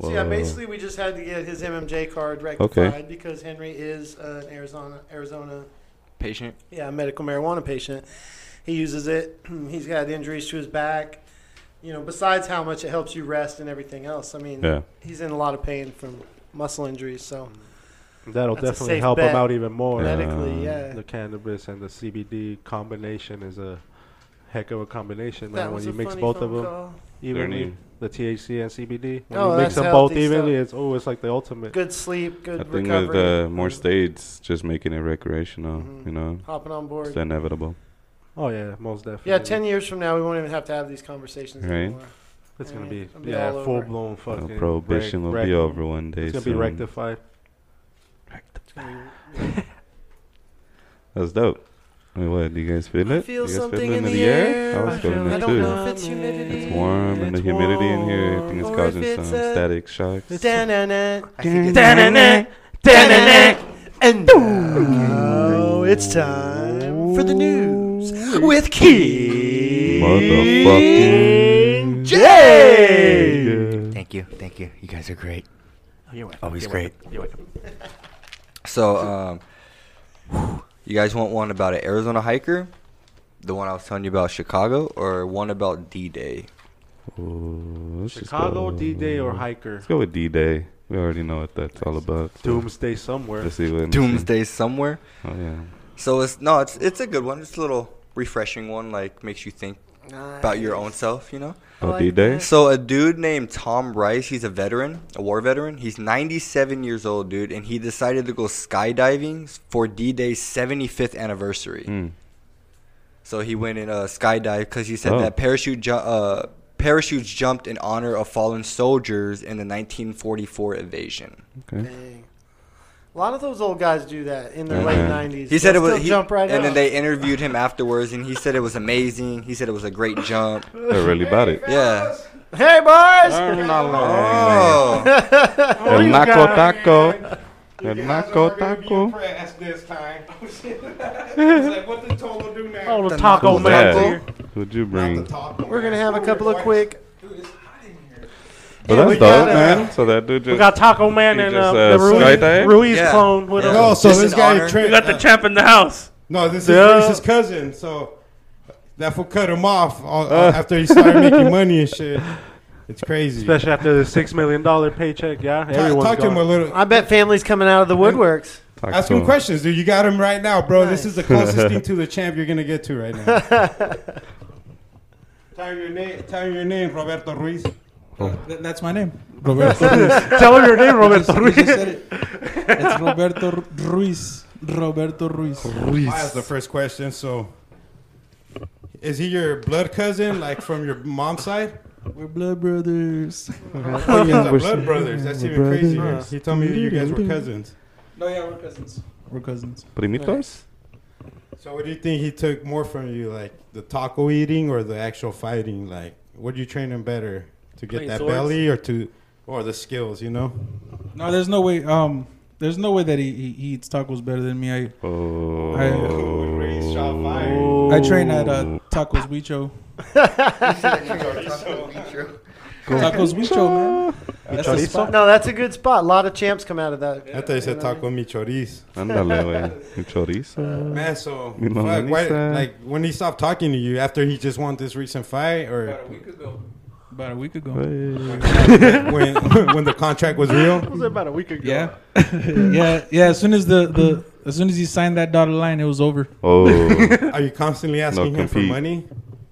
S2: So yeah, basically we just had to get his MMJ card rectified because Henry is uh, an Arizona Arizona
S3: Patient.
S2: yeah, medical marijuana patient. He uses it. He's got injuries to his back. You know, besides how much it helps you rest and everything else. I mean,
S4: Yeah.
S2: he's in a lot of pain from muscle injuries. So
S8: That'll
S2: That's a
S8: definitely
S2: safe
S8: help
S2: bet.
S8: him out even more.
S4: Yeah.
S2: medically, yeah.
S8: The cannabis and the CBD combination is a heck of a combination, man. When you mix both of them evenly,
S4: Learning.
S8: the THC and CBD, when
S2: Oh,
S8: you mix
S2: that's
S8: them both
S2: healthy
S8: evenly,
S2: stuff.
S8: it's always like the ultimate.
S2: Good sleep, good
S4: I think
S2: recovery.
S4: with uh, more states just making it recreational,
S2: Mhm.
S4: you know,
S2: Hopping on board.
S4: it's inevitable.
S8: Oh yeah, most definitely.
S2: Yeah, ten years from now, we won't even have to have these conversations
S4: Right.
S2: anymore.
S8: It's gonna
S2: Yeah,
S8: be
S2: it'll be
S8: yeah,
S2: all over.
S8: full blown
S4: You know,
S8: fucking
S4: Uh, prohibition
S8: rec-
S4: will
S8: rec-
S4: be over one day.
S8: It's gonna be
S4: soon.
S8: rectified.
S2: It's gonna be- yeah.
S4: That's dope. I mean, what do you guys feel
S2: I
S4: it?
S2: feel
S4: you guys
S2: something in
S4: it
S2: the air.
S4: I
S2: I
S4: was
S2: feel
S4: feeling
S2: it. I
S4: it
S2: don't
S4: too.
S2: know if it's humidity.
S4: It's warm and the
S2: It's
S4: humidity in here, I think it's
S2: warm.
S4: causing
S2: Or if it's
S4: some
S2: a-
S4: static shocks.
S2: Da-na-na,
S3: I think it's
S2: da-na-na, da-na-na, And now it's time for the news with Key
S4: Motherfucking
S2: J.
S3: Thank you, thank you. You guys are great.
S7: Oh, You're welcome.
S3: Always
S7: You're
S3: great.
S7: welcome. You're welcome.
S3: So, um, you guys want one about an Arizona hiker, the one I was telling you about Chicago, or one about D-Day?
S4: Ooh, let's just
S8: Chicago
S4: go-
S8: D Day or hiker.
S4: Let's go with D Day. We already know what that's all about. so
S8: Doomsday somewhere.
S4: Let's see what.
S3: Doomsday somewhere.
S4: Oh yeah.
S3: So it's no, it's it's a good one. It's a little refreshing one. Like makes you think about your own self, you know.
S4: Oh,
S2: like
S4: D Day.
S2: that.
S3: So a dude named Tom Rice, he's a veteran, a war veteran. He's 97 years old, dude, and he decided to go skydiving for D-Day's 75th anniversary.
S4: Mm.
S3: So he went in a skydive because he said
S4: Oh.
S3: that parachute ju- uh, parachutes jumped in honor of fallen soldiers in the 1944 invasion.
S4: Okay.
S2: Dang. A lot of those old guys do that in their
S4: Mhm.
S2: late nineties.
S3: Uh-huh. He said it was
S2: still
S3: he-
S2: jump right
S3: and
S2: out.
S3: then they interviewed him afterwards, and he said it was amazing. He said it was a great jump.
S4: They're really about it.
S3: Yeah.
S2: hey boys,
S4: El
S3: Oh,
S4: Naco Taco. El Naco Taco.
S6: this time.
S8: what did Tolo do now?
S7: Oh, the taco
S4: Who's
S7: man.
S4: that? Who'd you bring?
S2: we're gonna have a couple of quick.
S4: Well,
S2: we
S4: that's
S2: got,
S4: dope, man. So that dude
S7: We
S4: just.
S7: got Taco Man
S4: He
S7: and
S4: just,
S7: uh,
S4: uh,
S7: the Ruiz,
S4: skydive?
S7: Ruiz
S3: Yeah.
S7: clone with
S3: Yeah.
S7: us.
S6: No, so
S3: Just
S6: this
S3: an
S6: guy.
S3: honor.
S7: We
S6: Tra-
S7: got the
S6: uh,
S7: champ in the house.
S6: No, this is
S7: Yeah.
S6: Reese's cousin. So that will cut him off all,
S2: Uh.
S6: after he started making money and shit. It's crazy.
S8: Especially after the six million dollar paycheck, yeah.
S6: Ta-
S8: Everyone's
S6: talk to him a
S8: gone.
S6: little.
S2: I bet families coming out of the woodworks.
S4: Talk
S6: Ask
S4: to
S6: him questions, dude. You got him right now, bro.
S2: Nice.
S6: This is the closest thing to the champ you're gonna get to right now. tell him your name. Tell him your name, Roberto Ruiz.
S9: Th- that's my name. Roberto Ruiz.
S7: Tell him your name, Roberto
S9: You just
S7: Ruiz.
S9: said it. It's Roberto Ru- Ruiz. Roberto Ruiz.
S6: I asked the first question. So, is he your blood cousin, like from your mom's side?
S9: We're blood brothers.
S6: Oh, you guys are
S9: We're
S6: blood brothers. That's even crazier. He told me you guys were cousins.
S9: No, yeah, we're cousins. We're cousins.
S4: Primitos?
S6: So, what do you think he took more from you, like the taco eating or the actual fighting? Like, what do you train him better to get
S7: Playing
S6: that
S7: swords?
S6: belly or to or the skills? You know,
S9: No, there's no way. Um, there's no way that he, he, he eats tacos better than me. I
S4: Oh.
S9: I-
S7: Oh.
S9: I train at
S4: Oh.
S9: uh, Tacos Huicho. Tacos Huicho, man. That's a spot.
S2: No, that's a good spot. A lot of champs come out of that.
S6: I thought he said taco mi chorizo.
S4: Ándale, güey. Un chorizo.
S6: Man, so
S4: Mi mamá
S6: fuck, why,
S4: dice-
S6: like when he stopped talking to you after he just won this recent fight, or
S9: About a week ago.
S4: Hey.
S6: when when the contract was real?
S8: was it about a week ago?
S9: Yeah, yeah, yeah. As soon as the, the as soon as he signed that dotted line, it was over.
S4: Oh.
S6: Are you constantly asking him for
S4: compete.
S6: money,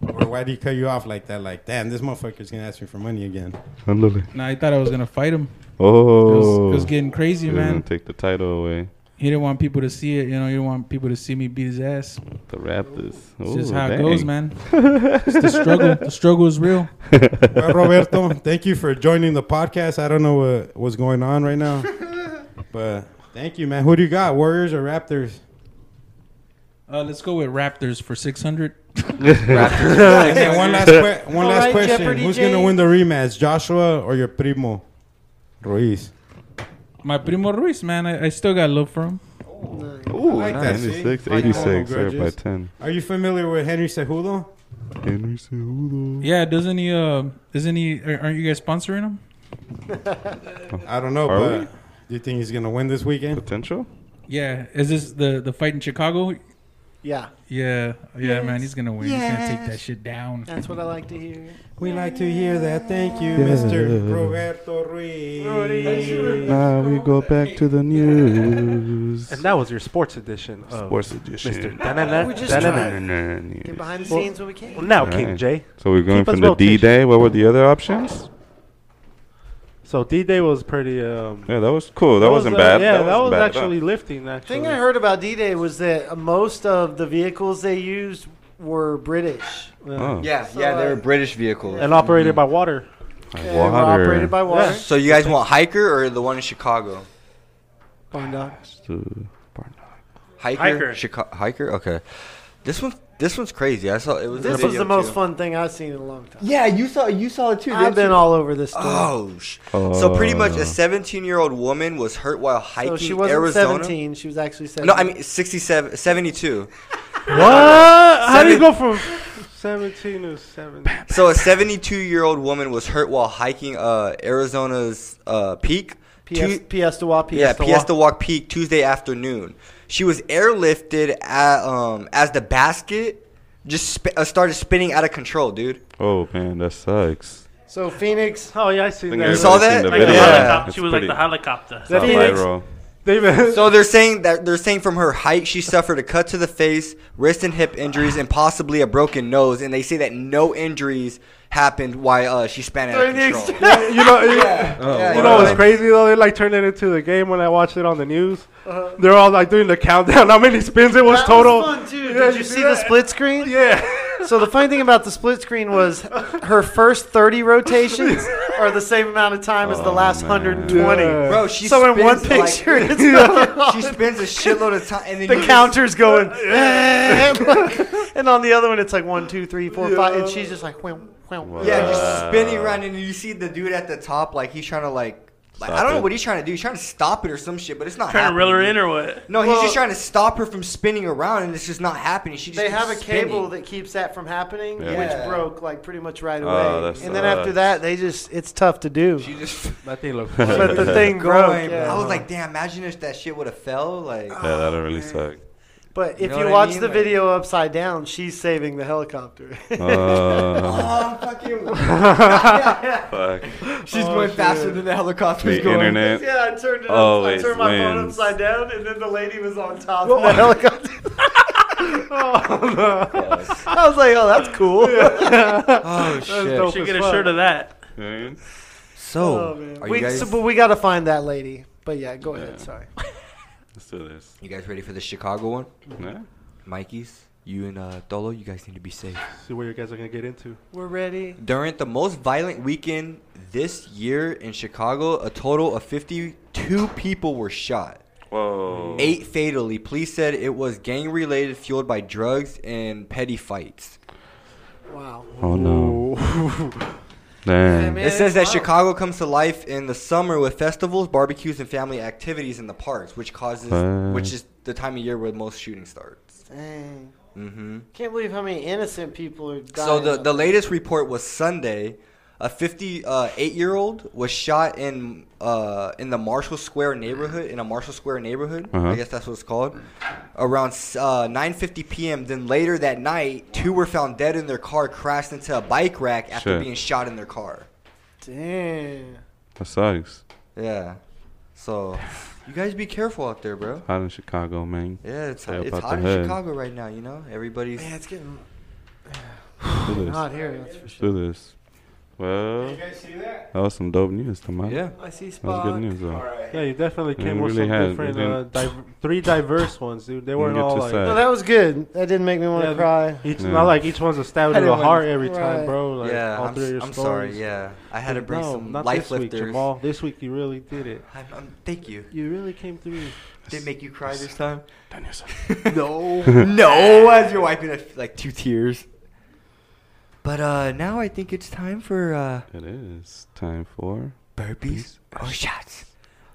S6: or why did he cut you off like that? Like, damn, this motherfucker's gonna ask me for money again.
S4: Ándale.
S9: Nah, I thought I was gonna fight him. It was,
S4: Oh.
S9: it was getting crazy,
S4: He's gonna
S9: man.
S4: take the title away.
S9: He didn't want people to see it. You know, he didn't want people to see me beat his ass.
S4: The Raptors.
S9: It's
S4: Oh,
S9: just how
S4: dang.
S9: it goes, man. It's the struggle. The struggle is real.
S6: Well, Roberto, thank you for joining the podcast. I don't know what what's going on right now, but thank you, man. Who do you got, Warriors or Raptors?
S9: Uh, let's go with Raptors for six hundred.
S6: And then one last que- one
S2: All
S6: last
S2: right,
S6: question:
S2: Jeopardy
S6: Who's gonna
S2: James.
S6: win the rematch, Joshua or your primo, Ruiz?
S9: My primo Ruiz, man. I, I still got love for him.
S4: Ooh,
S6: I like that, see?
S4: 96,
S6: I don't
S4: 86,
S6: hold no
S4: there by
S6: grudges.
S4: 10.
S6: Are you familiar with Henry Cejudo?
S4: Henry Cejudo.
S9: Yeah, doesn't he? Uh, isn't he? are- Aren't you guys sponsoring him?
S6: I don't know,
S4: Are
S6: but
S4: we?
S6: do you think he's gonna win this weekend?
S4: Potential?
S9: Yeah, is this the the fight in Chicago?
S2: Yeah,
S9: Yeah, yeah, man, he's gonna win. He's gonna take that shit down.
S2: that's what I like to hear.
S6: We like to hear that. Thank you,
S8: Yeah.
S6: Mr. Roberto Ruiz.
S8: Now we go back to the news.
S5: And
S8: And that was your sports edition of
S4: Sports edition.
S8: Mr. Da-na-na,
S2: We just
S8: da-na-na.
S2: tried. Get behind the
S8: Well-
S2: scenes when we can.
S8: Well, now,
S4: Alright.
S8: King J.
S4: So we're going
S8: Keep us
S4: from the
S8: well
S4: D
S8: pitched.
S4: Day. What were the other options?
S8: So D Day was pretty. Um,
S4: Yeah, that was cool. That, wasn't
S8: uh,
S4: bad.
S8: Yeah, that, was
S4: wasn't bad at all.
S8: actually lifting. Actually,
S2: thing I heard about D-Day was that uh, most of the vehicles they used were British.
S4: Oh.
S3: Yeah,
S2: So,
S3: yeah,
S2: uh,
S3: they were British vehicles.
S8: and operated by water.
S2: They were
S4: Water.
S2: operated by water.
S8: Yeah.
S3: So you guys want hiker or the one in Chicago?
S2: Barn dog.
S4: Dude.
S3: Hiker,
S7: Hiker.
S3: Chica- hiker. Okay, this one, this one's crazy. I saw it was. a
S2: This was
S3: video
S2: the most
S3: too.
S2: fun thing I've seen in a long time.
S3: Yeah, you saw, you saw it too.
S2: I've
S3: didn't
S2: been
S3: you?
S2: all over this story.
S3: Oh, sh- Oh. so pretty much a 17-year-old woman was hurt while hiking
S2: so she wasn't
S3: Arizona.
S2: 17. She was actually 17.
S3: No, I mean 67, 72.
S8: What? How do you go
S3: Seven-
S8: from seventeen to seven?
S3: So a 72-year-old woman was hurt while hiking uh, Arizona's uh, peak.
S2: PS,
S3: Tu-
S2: PS to Wa, PS
S3: yeah,
S2: to
S3: PS to Walk Peak Tuesday afternoon. She was airlifted at, um, as the basket just sp- uh, started spinning out of control, dude.
S4: Oh man, that sucks.
S2: So Phoenix,
S8: Oh yeah, I seen
S3: You
S8: that.
S3: saw that?
S7: Like
S3: Yeah.
S7: the helicopter.
S4: It's
S7: She was
S4: pretty-
S7: like the helicopter.
S4: it's not
S8: Phoenix-
S4: viral.
S8: They even-
S3: So they're saying that they're saying from her height she suffered a cut to the face, wrist and hip injuries, and possibly a broken nose. And they say that no injuries happened while uh, she span out of
S2: Phoenix.
S3: control.
S8: you know, you,
S4: Oh,
S8: you know what's
S3: wow.
S8: crazy though? They like turned it into the game when I watched it on the news.
S3: Uh-huh.
S8: They're all like doing the countdown. How many spins it was
S2: That
S8: total?
S2: was fun, too.
S8: Yeah,
S2: Did you
S8: you
S2: see
S8: see
S2: the
S8: that?
S2: split screen?
S8: Yeah.
S2: So the funny thing about the split screen was her first 30 rotations are the same amount of time as the
S4: Oh,
S2: last
S4: man.
S2: 120.
S8: Yeah.
S3: Bro, she
S2: so in one
S3: spins, like-
S2: picture, it's fucking
S3: she
S2: all-
S3: spends a shitload of time, and then
S2: the
S3: you just-
S2: counter's going, "Eh." and on the other one it's like one, two, three, four, five, and she's just like, wow, wow.
S3: yeah, just
S4: Wow.
S3: spinning around, and you see the dude at the top, like he's trying to like, like I
S4: Stop
S3: don't know
S4: it.
S3: what he's trying to do. He's trying to stop it or some shit, but it's not
S7: Trying to
S3: happening,
S7: reel her in
S3: dude.
S7: or what?
S3: No, he's
S2: Well-
S3: just trying to stop her from spinning around, and it's just not happening. She just
S2: They
S3: keeps
S2: have a
S3: spinning.
S2: cable that keeps that from happening,
S4: Yeah.
S3: Yeah.
S2: which broke like pretty much right
S4: Oh,
S2: away.
S4: that
S2: and then after
S4: sucks.
S2: that, they just it's tough to do.
S3: She just
S8: That thing looked
S2: But the thing
S3: going. Oh,
S2: broke. yeah.
S3: I was like, damn, imagine if that shit would have fell. Like,
S4: Yeah, that really suck.
S2: But
S3: You
S2: if
S3: know
S2: you
S3: what I
S2: watch
S3: mean?
S2: the
S3: Like-
S2: video upside down, she's saving the helicopter.
S4: Uh,
S3: oh, fucking.
S4: fuck.
S3: She's going faster than the helicopter's
S4: The
S3: going.
S4: internet.
S2: yeah, I turned it
S4: Oh,
S2: up. I
S4: it
S2: turned my phone
S4: wins.
S2: upside down, and then the lady was on top of the helicopter. I was like, oh, that's cool.
S3: Oh
S8: dope.
S3: shit.
S7: Should
S8: as
S7: get a
S8: fuck.
S7: shirt of that.
S4: Man.
S3: So,
S2: Oh, man.
S3: are
S2: we,
S3: you guys
S2: so- but we got to find that lady. But yeah, go
S4: Yeah.
S2: ahead. Sorry.
S4: Let's do this.
S3: you guys ready for the Chicago one?
S4: Yeah.
S3: Mikey's, you and uh, Dolo, you guys need to be safe.
S8: See where you guys are gonna get into.
S2: We're ready.
S3: During the most violent weekend this year in Chicago, a total of 52 people were shot.
S4: Whoa.
S3: Eight fatally. Police said it was gang related, fueled by drugs and petty fights.
S2: Wow.
S4: Oh no.
S8: Ooh.
S4: Damn.
S3: it says that Chicago comes to life in the summer with festivals, barbecues, and family activities in the parks, which causes,
S4: Fuck.
S3: which is the time of year where most shooting starts.
S2: Dang.
S3: hmm
S2: Can't believe how many innocent people are dying.
S3: So the the latest report was Sunday. A 58 year old was shot in uh, in the Marshall Square neighborhood in a Marshall Square neighborhood.
S4: Uh-huh.
S3: I guess that's what it's called. Around uh, 9:50 p.m. Then later that night, two were found dead in their car, crashed into a bike rack after
S4: Shit.
S3: being shot in their car.
S2: Dang.
S4: That sucks.
S3: Yeah. So you guys be careful out there, bro.
S4: Hot in Chicago, man.
S3: Yeah, it's
S4: Stay
S3: hot,
S4: up
S3: it's
S4: out
S3: hot
S4: the
S3: in
S4: hood.
S3: Chicago right now. You know, everybody's.
S2: Man, it's getting
S4: Let's do this.
S2: hot here. That's for
S4: Let's
S2: sure.
S4: do this. Well,
S5: You guys see that?
S4: that was some dope news, Tomas.
S3: Yeah.
S2: I see
S4: That was good
S2: Spock.
S4: news, though.
S5: All right.
S8: Yeah, you definitely
S4: Yeah,
S8: came
S4: we
S8: with
S4: really
S8: some
S4: had-
S8: different,
S4: we
S8: uh,
S4: didn't-
S8: div- three diverse ones, dude. They weren't
S4: get
S8: all
S4: too
S8: like
S4: sad.
S2: No, that was good. That didn't make me want to
S8: Yeah,
S2: cry.
S8: each,
S4: Yeah.
S8: not like each one's a stab
S3: I
S8: to the
S3: didn't
S8: heart
S3: wanna-
S8: every
S2: Right.
S8: time, bro. Like
S3: yeah,
S8: all
S3: I'm,
S8: three of your
S3: I'm sorry.
S8: stories.
S3: Yeah, I had to bring
S8: no,
S3: some
S8: not
S3: life
S8: this week,
S3: lifters.
S8: Jamal. This week you really did it.
S3: I'm, I'm, um, thank you.
S8: You really came through.
S3: Did it make you cry this time?
S4: Done yourself.
S3: no, no. As you're wiping a, like two tears. But uh, now I think it's time for uh,
S4: It is time for.
S3: burpees or shots.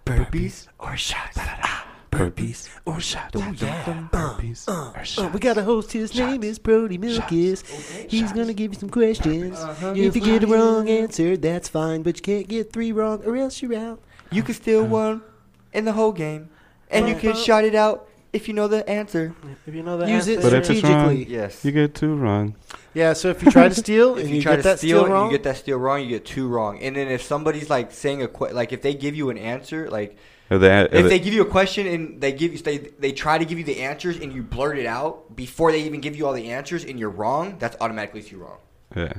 S3: Burpees or shots. Ah, Burpees
S2: burpees or shot. Oh, yeah. burpees uh, uh, we got a host. His name is Brody Milkis. He's gonna give you some questions. Uh-huh. If you get a wrong answer, that's fine, but you can't get three wrong, or else you're out.
S3: You can steal
S4: Uh-huh.
S3: one in the whole game, and you
S2: Uh-huh.
S3: can shout it out if you know the answer.
S2: If you know that,
S3: Use it
S2: answer.
S4: But if it's wrong-
S2: strategically.
S3: Yes.
S4: You get two wrong.
S2: Yeah. So if you try to steal
S3: if
S2: and
S3: you,
S2: you,
S3: try
S2: get
S3: to
S2: that
S3: steal,
S2: steal,
S3: and
S2: wrong,
S3: you get that steal wrong, you get two wrong. And then if somebody's like saying a que- like if they give you an answer, like
S4: If they, if
S3: if
S4: they-
S3: they give you a question and they give you they they try to give you the answers and you blurt it out before they even give you all the answers and you're wrong, that's automatically two wrong.
S4: yeah.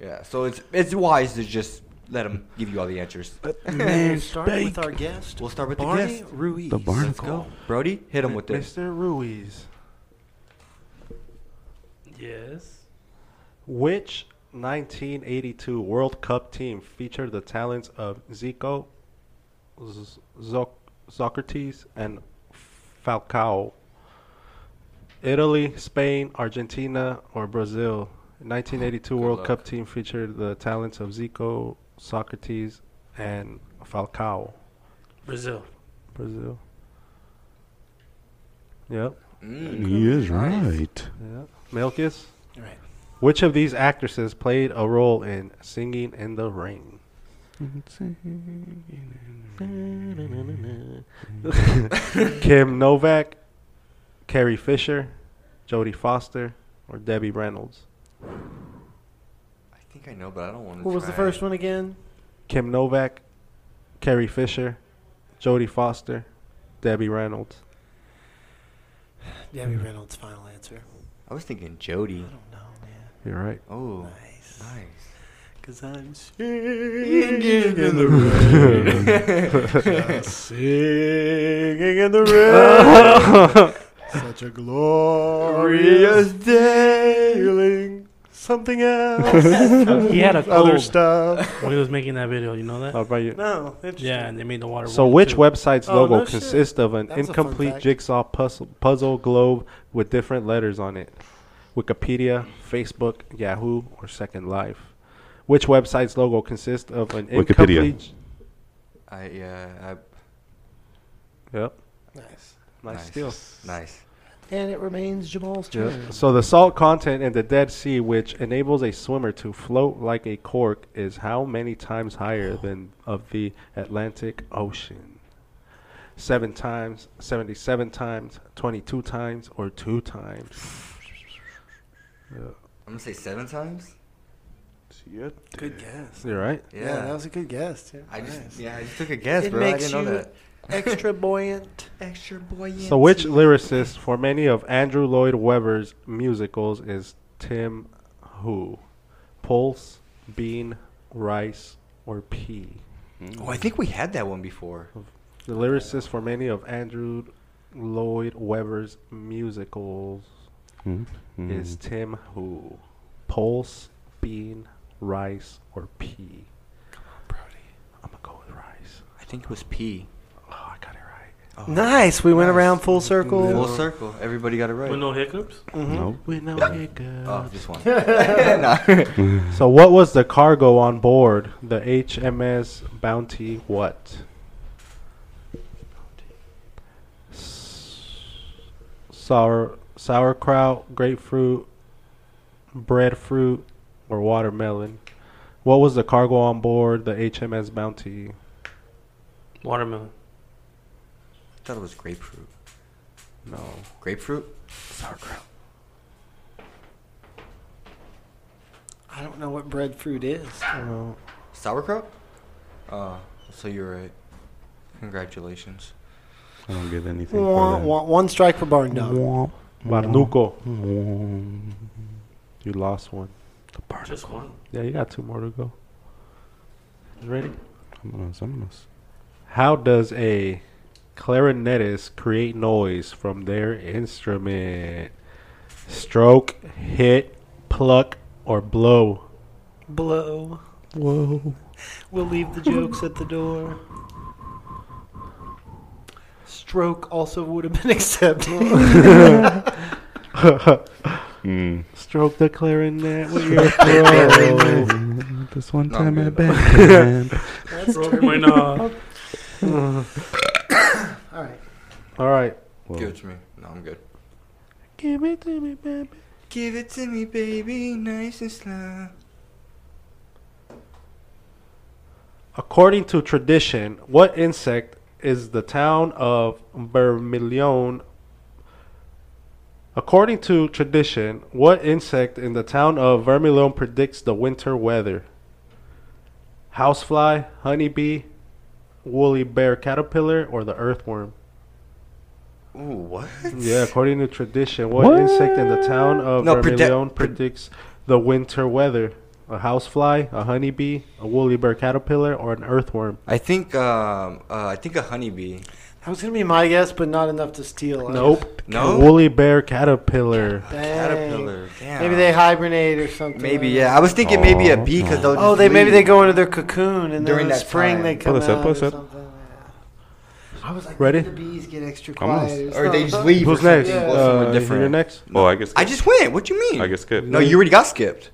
S3: Yeah. So it's it's wise to just let them give you all the answers.
S2: we'll start with our guest,
S3: We'll start with
S2: Barney
S3: the guest.
S2: Ruiz.
S4: The
S3: Let's
S4: barnacle.
S3: go, Brody. Hit him with this.
S8: Mr. Ruiz,
S7: Yes.
S8: which 1982 World Cup team featured the talents of Zico, Z- Zoc- Socrates, and Falcao? Italy, Spain, Argentina, or Brazil? 1982
S3: Good
S8: World
S3: luck.
S8: Cup team featured the talents of Zico, Socrates, and Falcao.
S7: Brazil.
S8: Brazil. Yep.
S3: Mm.
S4: He is
S3: Nice.
S4: right.
S8: Yeah. Milkis.
S2: Right.
S8: Which of these actresses played a role in Singing in the Rain? Kim Novak, Carrie Fisher, Jodie Foster, or Debbie Reynolds?
S3: I think I know, but I don't want to.
S2: What was the first one again?
S8: Kim Novak, Carrie Fisher, Jodie Foster, Debbie Reynolds.
S2: Debbie Reynolds' final answer.
S3: I was thinking Jody.
S2: I don't know, man.
S8: You're right.
S3: Oh,
S2: Nice.
S3: nice.
S2: Cause I'm s-
S3: Singing in the rain. Singing in the rain.
S2: such a glorious
S3: Glorious day.
S2: something else,
S7: he had a
S2: other
S7: cold
S2: stuff.
S7: when he was making that video. You know that?
S8: How about you?
S2: No, interesting.
S7: yeah, and they made the water.
S8: So
S7: warm,
S8: which
S7: too.
S8: website's
S2: Oh,
S8: logo
S2: no shit.
S8: consists of an
S2: That was a fun
S8: incomplete
S2: fact.
S8: jigsaw puzzle, puzzle globe with different letters on it? Wikipedia, Facebook, Yahoo, or Second Life? Which website's logo consists of an
S4: Wikipedia.
S8: incomplete? j-
S3: I yeah,
S8: Yep.
S2: Nice.
S8: Nice,
S3: Nice.
S8: steal.
S3: I, nice.
S2: And it remains Jamal's
S8: Yeah.
S2: turn.
S8: So the salt content in the Dead Sea, which enables a swimmer to float like a cork, is how many times higher than of the Atlantic Ocean? Seven times, seventy-seven times, twenty-two times, or two times?
S3: I'm gonna say seven times.
S2: Good guess.
S8: You're right.
S3: Yeah,
S2: that was a good guess. Yeah.
S3: I just
S2: Nice.
S3: yeah, I just took a guess,
S2: It
S3: bro. I
S2: makes
S3: didn't know
S2: you-
S3: that.
S2: extra buoyant.
S3: Extra boy.
S8: So, which lyricist for many of Andrew Lloyd Webber's musicals is Tim Who? Pulse, Bean, Rice, or P?
S3: Oh, I think we had that one before.
S8: The lyricist for many of Andrew Lloyd Webber's musicals
S4: Hmm? Mm.
S8: is Tim Who? Pulse, Bean, Rice, or P? Come on, Brody. I'm gonna go with Rice.
S3: I think it was P.
S8: Oh, I got it right.
S3: Oh.
S2: Nice. We went
S3: Nice.
S2: around full circle. Mm-hmm.
S3: Full circle. Everybody got it right.
S7: With no hiccups.
S4: No.
S8: With no hiccups.
S3: Oh, just one. Nah.
S4: Hmm.
S8: So, what was the cargo on board the HMS Bounty? What? S- Sour, sauerkraut, grapefruit, breadfruit, or watermelon? What was the cargo on board the HMS Bounty?
S7: Watermelon.
S3: thought it was grapefruit.
S8: No.
S3: Grapefruit?
S8: Sauerkraut.
S2: I don't know what breadfruit is.
S8: No.
S3: Sauerkraut? Uh, so you're right. Congratulations.
S4: I don't get anything
S2: Wah,
S4: for
S2: wah, one strike for Barn Dog.
S4: that.
S8: Barnuco.
S4: Barnuco.
S8: You lost one.
S7: Just one.
S8: Yeah, you got two more to go. You ready?
S4: Vámonos, vámonos.
S8: How does a clarinetist create noise from their instrument? Stroke, hit, pluck, or blow?
S2: Blow.
S8: Whoa.
S2: We'll leave the jokes at the door. Stroke also would have been accepted.
S4: Mm.
S8: Stroke the clarinet with your throat.
S4: This one
S3: No,
S4: time
S3: I'm
S4: at
S3: good.
S4: back.
S7: Broke my knob.
S2: All right.
S8: All right.
S4: Whoa.
S3: Give it to me. No, I'm good.
S8: Give it to me, baby.
S3: Give it to me, baby, nice and slow.
S8: According to tradition, what insect is the town of Vermilion? According to tradition, what insect in the town of Vermilion predicts the winter weather? Housefly, honeybee, woolly bear caterpillar, or the earthworm?
S3: Ooh, what?
S8: Yeah, according to tradition, what, insect in the town of
S3: No, predict-
S8: Vermilion
S3: pre-
S8: predicts the winter weather? A housefly, a honeybee, a woolly bear caterpillar, or an earthworm?
S3: I think um uh, I think a honeybee.
S2: That was gonna be my guess, but not enough to steal.
S8: Nope.
S3: No?
S8: Woolly bear caterpillar.
S2: Dang.
S3: Caterpillar. Damn.
S2: Maybe they hibernate or something.
S3: Maybe yeah. I was thinking maybe a bee because they'll.
S2: Oh,
S3: just
S2: they maybe they
S3: leave.
S2: go into their cocoon and during then
S3: During
S2: in
S3: that
S2: spring
S3: time.
S2: they come
S4: Pull this up,
S2: out
S4: pull
S2: or
S4: this up.
S2: something. yeah. I was like,
S8: Ready?
S2: the bees get extra
S4: I'm gonna-
S2: quiet.
S3: Or they just
S2: something.
S3: leave.
S8: Who's
S3: or something.
S8: next?
S2: Yeah.
S8: Uh, you're next.
S4: Oh, I guess.
S3: I just went. What you mean?
S4: I guess skip.
S3: No, you already got skipped.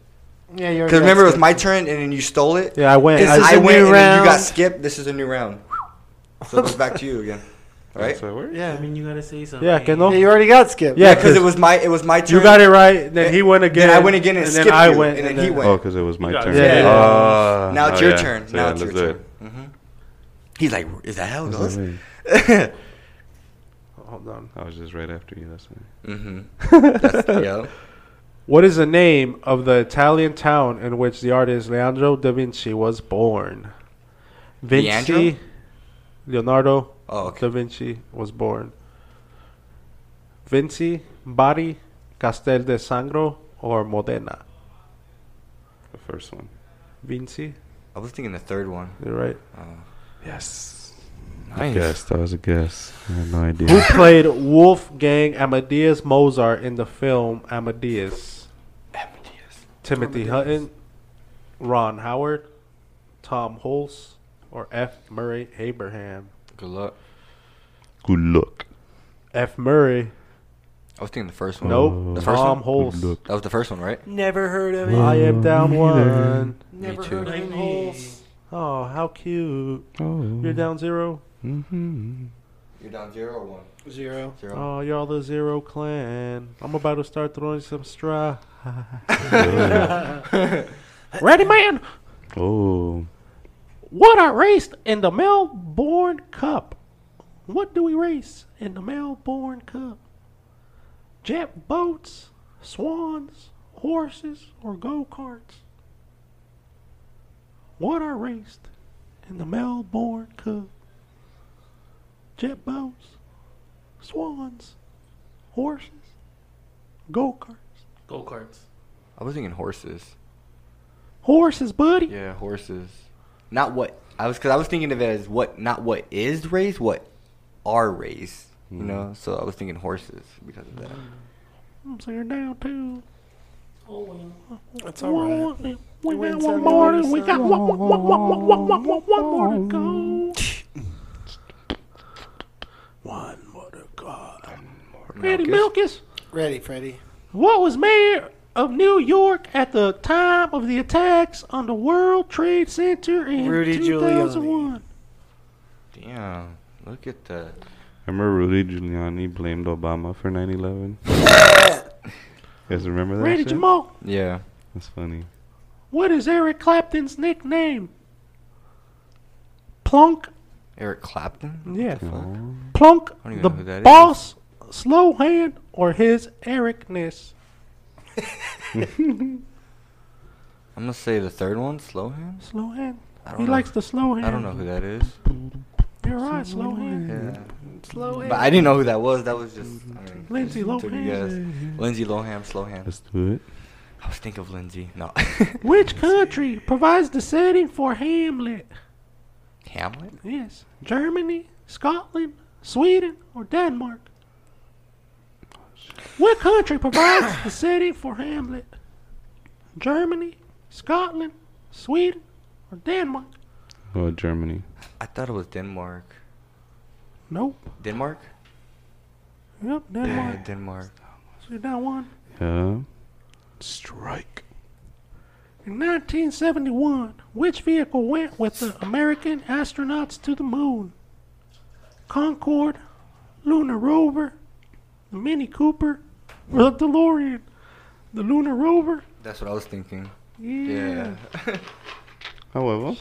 S2: Yeah, you
S3: Because remember, it was my turn, and then you stole it.
S8: Yeah, I went.
S2: This
S8: I,
S2: is
S3: I
S2: a
S3: went,
S2: new
S3: and then you got
S2: round.
S3: skipped. This is a new round. So it goes back to you again. All right?
S4: That's what we're-
S2: Yeah.
S7: I mean, you gotta say something.
S8: yeah, que no?
S2: Yeah, you already got skipped.
S8: Yeah,
S3: Because it was my it was my turn.
S8: you got it right. and Then
S3: And-
S8: he went again.
S3: I went again and skipped
S8: then I
S3: you,
S8: went.
S3: and then he went.
S4: Oh, because it was my
S7: You got
S4: turn.
S7: it.
S8: Yeah.
S4: Ah,
S3: Now it's
S4: oh,
S3: your
S4: yeah.
S3: turn.
S4: So,
S3: now
S4: yeah,
S3: it's your
S4: let's do
S3: turn.
S4: it.
S3: hmm He's like, is that how it
S4: That's
S3: goes?
S4: what I mean.
S8: Hold on.
S4: I was just right after you. That's why.
S3: mm-hmm. That's, yeah.
S8: What is the name of the Italian town in which the artist Leandro da Vinci was born? Vinci,
S3: Leandro?
S8: Leonardo
S3: Oh, okay.
S8: da Vinci was born. Vinci, Bari, Castel de Sangro, or Modena?
S4: The first one.
S8: Vinci,
S3: I was thinking the third one. Uh,
S8: you're right.
S4: Yes.
S3: Nice.
S4: Guess that was a guess. I had no
S8: Who
S4: idea.
S8: played Wolfgang Amadeus Mozart in the film Amadeus? Timothy Hutton, Ron Howard, Tom Hulse, or F. Murray Abraham?
S3: Good luck.
S4: Good luck.
S8: F. Murray.
S3: I was thinking the first one.
S8: Nope.
S4: Uh, The
S3: first
S8: Tom
S4: one?
S8: Hulse.
S4: Good luck.
S3: That was the first one, right?
S2: Never heard of
S8: I am down one.
S2: Never
S3: too.
S2: heard of him. Holes.
S8: Oh, how cute.
S4: Oh.
S8: You're down zero.
S4: Mm-hmm.
S3: You're down zero or one?
S2: Zero.
S3: Zero.
S8: Oh, you're all the zero clan. I'm about to start throwing some straw. Ready, man?
S4: Oh.
S8: What are raced in the Melbourne Cup? What do we race in the Melbourne Cup? Jet boats, swans, horses, or go karts? What are raced in the Melbourne Cup? Jet boats, swans, horses, go karts.
S7: Go karts.
S3: I was thinking horses.
S8: Horses, buddy.
S3: Yeah, horses. Not what I was because I was thinking of it as what not what is raised, what are raised. You know, so I was thinking horses because of that.
S8: So you're down two.
S2: That's all right.
S8: We
S2: win
S8: got
S2: some,
S8: one
S2: you
S8: more.
S2: lose
S8: and We
S2: some.
S8: got one, one, one, one, one, one, one, one, one more to go. One more to go. Randy Milkis,
S2: Ready, Freddy.
S8: what was mayor of New York at the time of the attacks on the World Trade Center in
S2: Rudy
S8: 2001?
S3: Damn, look at that.
S4: Remember Rudy Giuliani blamed Obama for 9/11. You guys remember that?
S8: Randy
S4: shit?
S8: Jamal,
S3: Yeah,
S4: That's funny.
S8: what is Eric Clapton's nickname? Plunk,
S3: Eric Clapton.
S8: yeah,
S4: Oh.
S8: Plunk,
S3: I don't even
S8: the
S3: know who that is.
S8: boss, slow hand, or his Ericness?
S3: I'm gonna say the third one, slow hands.
S8: Slow hand.
S3: I don't
S8: He
S3: know.
S8: likes the slow hand.
S3: I don't know who that is.
S8: You're right, slow hand.
S3: Yeah,
S2: Slow
S3: but I didn't know who that was. That was just I mean,
S8: Lindsay
S3: just took a
S8: Lohan.
S3: guess. Lindsay Lohan, slow hand.
S4: Let's do it.
S3: I was thinking of Lindsay. No,
S8: Which country provides the setting for Hamlet?
S3: Hamlet.
S8: Yes. Germany, Scotland, Sweden, or Denmark? What country provides the setting for Hamlet? Germany, Scotland, Sweden, or Denmark?
S4: Oh, Germany.
S3: I thought it was Denmark.
S8: Nope.
S3: Denmark.
S8: Yep,
S3: Yeah,
S8: Denmark.
S3: Denmark.
S8: So you're down one.
S4: Yeah.
S8: Strike. In 1971, which vehicle went with the American astronauts to the moon? Concorde, Lunar Rover, the Mini Cooper, or the DeLorean. The Lunar Rover.
S3: That's what I was thinking.
S8: Yeah.
S4: However,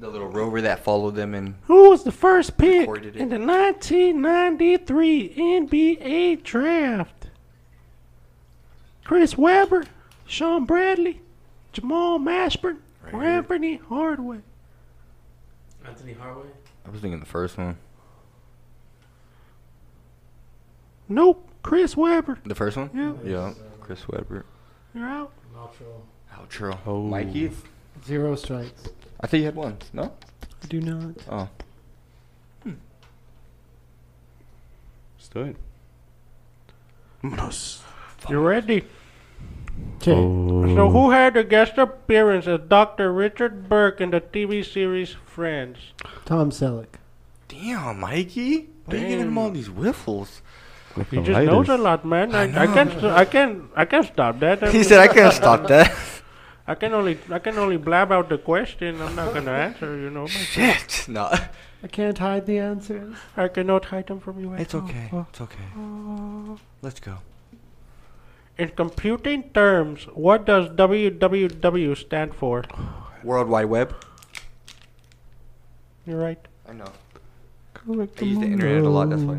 S3: The little rover that followed them and
S8: Who was the first pick
S3: Recorded it.
S8: in the 1993 NBA draft? Chris Webber, Sean Bradley, Jamal Mashburn,
S3: Right
S8: or
S3: here.
S8: Anthony Hardaway?
S7: Anthony Harway.
S3: I was thinking the first one.
S8: Nope, Chris Webber.
S3: The first one?
S8: Yeah.
S3: Yeah. Chris Webber.
S8: You're out.
S3: Outro.
S4: Oh.
S3: Mikey?
S2: Zero strikes.
S3: I think you had one. No?
S2: Do not.
S3: Oh.
S4: let's do it.
S8: You ready?
S2: Okay.
S4: Oh.
S8: So, who had the guest appearance as Dr. Richard Burke in the TV series Friends?
S2: Tom Selleck.
S3: Damn, Mikey. Why are you giving him all these whiffles?
S8: He just knows a lot, man. I, I, can't, st- I can't, I can't stop that. I
S3: He
S8: mean,
S3: said, I can't stop that.
S8: I can only, I can only blab out the question. I'm not gonna answer, you know. myself.
S3: Shit. No.
S2: I can't hide the answers.
S8: I cannot hide them from you. at
S3: It's
S8: all.
S3: okay. It's okay. Let's go.
S8: In computing terms, what does WWW stand for?
S3: World Wide Web.
S8: You're right.
S3: I know.
S2: Correct
S3: I use the internet a lot. That's why I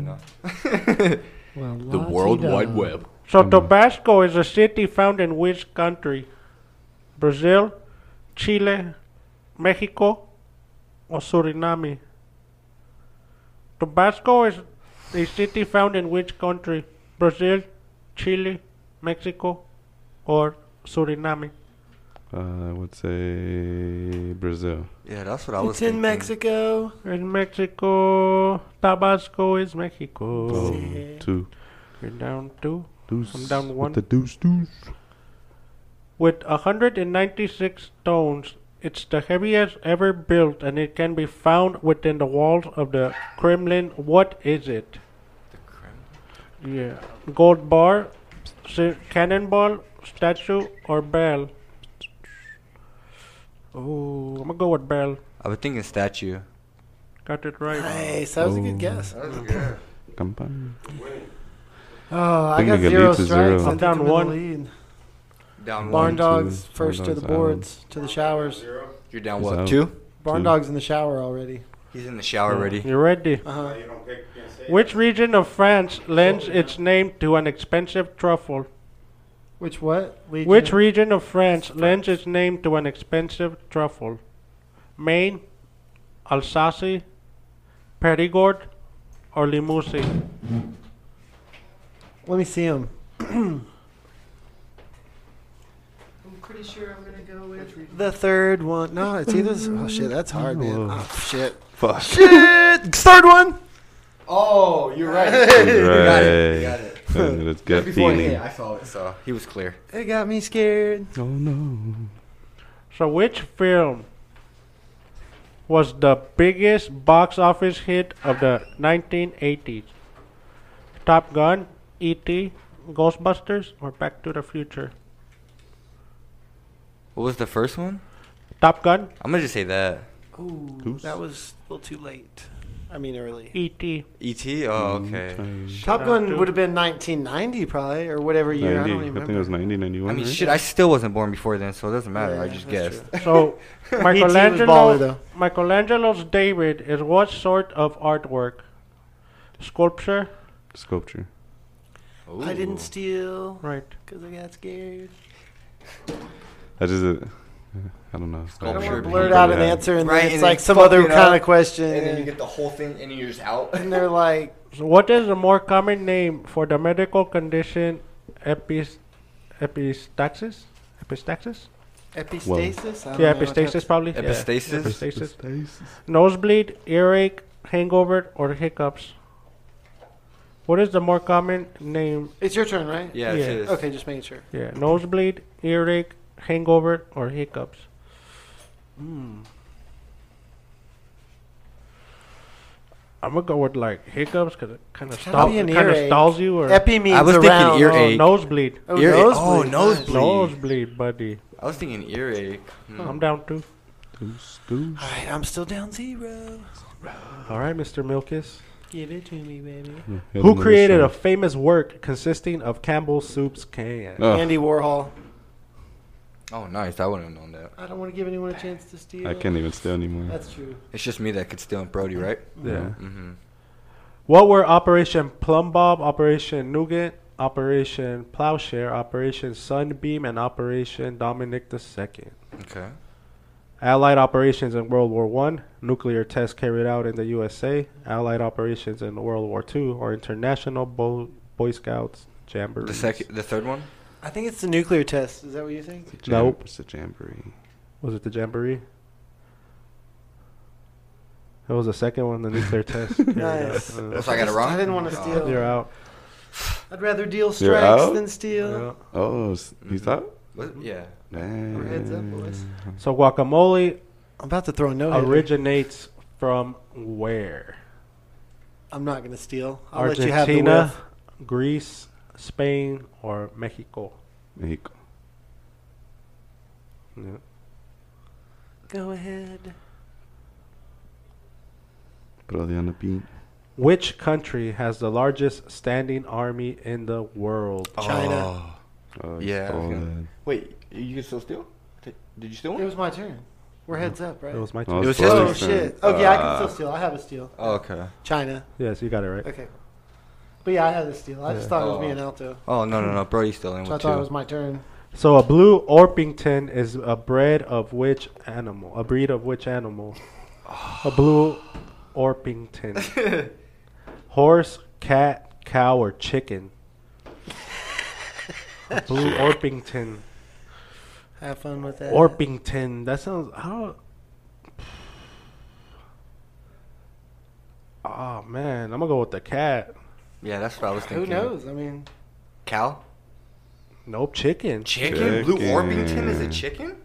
S3: know.
S2: Well,
S3: The World Wide Web.
S8: So Tabasco is a city found in which country? Brazil, Chile, Mexico, or Suriname? Tabasco is a city found in which country? Brazil, Chile, Mexico, or Suriname?
S4: Uh, I would say Brazil.
S3: Yeah, that's what I was
S2: It's in
S3: thinking.
S2: Mexico.
S8: In Mexico, Tabasco is Mexico.
S4: Oh, two.
S8: You're down two.
S4: Deuce.
S8: I'm down
S4: with
S8: one.
S4: The deuce, deuce.
S8: With 196 stones, it's the heaviest ever built and it can be found within the walls of the Kremlin. What is it? Yeah. Gold bar, si- cannonball, statue, or bell? Oh, I'm gonna go with bell.
S3: I was thinking statue.
S8: Got it right.
S2: Nice. That was a good guess.
S4: Campana.
S2: Oh, I
S4: Think
S2: got
S4: they could
S2: zero
S4: lead to
S2: strikes.
S4: zero.
S2: I
S4: I'm
S2: think
S8: down
S2: I'm in the
S8: one.
S2: lead. Barn
S3: Down
S4: One, two.
S2: dogs first
S4: Barn
S2: to
S4: dogs
S2: the
S4: out.
S2: boards, to the showers.
S3: You're down
S4: He's
S3: what?
S4: out.
S3: Two?
S2: Barn
S4: Two.
S2: dogs in the shower already.
S3: He's in the shower already.
S8: You ready?
S2: Uh huh.
S6: You don't pick, you can't say it.
S8: Which region of France lends its name to an expensive truffle?
S2: Which what? Legion?
S8: Which region of France lends its name to an expensive truffle? Maine, Alsace, Perigord, or Limousin?
S2: Let me see him. I'm pretty sure I'm gonna go with the third one. No, it's either. Oh shit, that's hard, man.
S4: Whoa.
S2: Oh shit.
S4: Fuck.
S2: Shit. Third one.
S3: Oh, you're right.
S4: got it. You
S3: You got
S4: got
S3: it.
S4: And it's gut
S3: Before
S4: feeling.
S3: hit, I saw it, so he was clear.
S2: It got me scared.
S4: Oh no.
S8: So, which film was the biggest box office hit of the 1980s? Top Gun, E.T., Ghostbusters, or Back to the Future?
S3: What was the first one?
S8: Top Gun,
S3: I'm gonna just say that.
S2: Ooh,
S4: Goose.
S2: that was a little too late. I mean, early.
S8: E.T.
S3: E.T. Oh, okay.
S4: Mm,
S2: Top
S8: Shout out
S2: Gun
S8: to-
S2: would have been 1990 probably, or whatever year. I
S4: 90.
S2: don't
S4: I,
S2: even
S4: think it was
S2: remember.
S4: 90, 91.
S3: I mean,
S4: right?
S3: shit, I still wasn't born before then, so it doesn't matter. I
S2: Yeah,
S3: just
S2: that's
S3: guessed.
S8: So,
S2: baller,
S8: Michelangelo,
S2: though.
S8: Michelangelo's David is what sort of artwork? Sculpture,
S4: Sculpture.
S2: I didn't steal
S8: right?
S2: because I got scared.
S4: I just. Uh, I don't know.
S2: I don't
S3: Sculpture.
S2: want
S3: Sure,
S2: to blurt out an
S4: Yeah.
S2: answer and
S3: Right,
S2: then it's
S3: and
S2: like
S3: they
S2: some
S3: fuck
S2: other
S3: it
S2: kind
S3: up,
S2: of question,
S3: And then you get the whole thing, and you're just out.
S2: and they're like,
S8: So what is a more common name for the medical condition epis, epistaxis? Epistaxis?
S2: Epistasis? I don't
S8: Yeah,
S2: know what
S8: epistaxis probably. Yeah.
S3: Epistasis?
S8: Epistaxis.
S4: Stasis.
S8: Nosebleed, earache, hangover, or hiccups. What is the more common name?
S2: that- It's your turn, right?
S3: Yeah, it
S8: Yeah.
S3: is.
S2: Okay, just making sure.
S8: Yeah, nosebleed, earache, hangover, or hiccups.
S2: Hmm.
S8: I'm gonna go with like hiccups because it kind of
S2: gotta
S8: stalls,
S2: be an
S8: it kind of
S2: earache.
S8: stalls you or
S2: Epi means
S3: was thinking
S2: around.
S3: ear-
S8: oh,
S3: earache.
S8: nosebleed.
S2: Oh,
S3: Earache.
S2: nosebleed.
S3: Oh, nosebleed.
S8: Nosebleed, buddy.
S3: I was thinking earache. Hmm.
S8: I'm down too.
S4: Deuce, deuce.
S2: All right, I'm still down zero.
S8: All right, Mr. Milkis.
S2: Give it to me, baby.
S8: Who created a famous work consisting of Campbell Soup's can?
S4: Oh.
S2: Andy Warhol.
S3: Oh, nice. I wouldn't have known that.
S2: I don't want to give anyone a chance to steal.
S4: I can't even steal anymore.
S2: That's true.
S3: It's just me that could steal and Brody, right?
S8: Yeah.
S3: Mm-hmm.
S8: What were Operation Plum Bob, Operation Nougat, Operation Plowshare, Operation Sunbeam, and Operation Dominic II?
S3: Okay.
S8: Allied operations in World War One, nuclear tests carried out in the USA, Allied operations in World War Two, or international Bo- Boy Scouts jamboree.
S3: The second, the third one.
S2: I think it's the nuclear test. Is that what you think?
S4: It's a jam-
S8: Nope.
S4: It's a jamboree.
S8: was it the jamboree? It was the second one, the nuclear test. carried out.
S2: Nice.
S8: Uh,
S3: If I got it wrong,
S2: I didn't wanna steal.
S8: You're out.
S2: I'd rather deal
S4: You're
S2: strikes
S4: out?
S2: than steal.
S4: Oh, s- he's up.
S3: Was- yeah.
S4: Damn.
S2: heads up, boys.
S8: So guacamole
S2: I'm about to throw a no. Original.
S8: originates from where?
S2: I'm not gonna steal. I'll let you have the
S8: Argentina,
S2: whiff.
S8: Greece, Spain, or Mexico?
S4: Mexico.
S8: Yeah.
S2: Go ahead.
S4: Brody on the beat.
S8: Which country has the largest standing army in the world?
S2: China.
S4: Oh, you
S3: Yeah, I
S4: stole
S3: was gonna-
S4: that.
S3: Wait, you can still steal? Did you steal
S2: It was my turn. We're heads up, right?
S8: It was my
S4: No,
S8: turn.
S3: It was
S4: Brody's
S2: oh
S3: Hillary.
S4: turn.
S2: shit. Oh yeah, I can
S4: Uh,
S2: still steal. I have a steal.
S3: Oh, okay.
S2: China.
S8: Yes, you got it right.
S2: Okay. But yeah, I had a steal. I just thought it was me
S3: Oh.
S2: and Alto.
S3: Oh no no no, Brody's still in
S2: So I
S3: with
S2: thought it
S3: two.
S2: was my turn.
S8: So a blue Orpington is a breed of which animal? A breed of which animal? A blue Orpington. Horse, cat, cow, or chicken? A blue Orpington.
S2: Have fun with that.
S8: Orpington. That sounds. How? Oh man, I'm gonna go with the cat.
S3: Yeah, that's what I was
S2: Who
S3: thinking.
S2: knows? I mean,
S3: Cal?
S8: Nope, chicken.
S3: Chicken?
S4: Chicken.
S3: Blue Orpington is a chicken?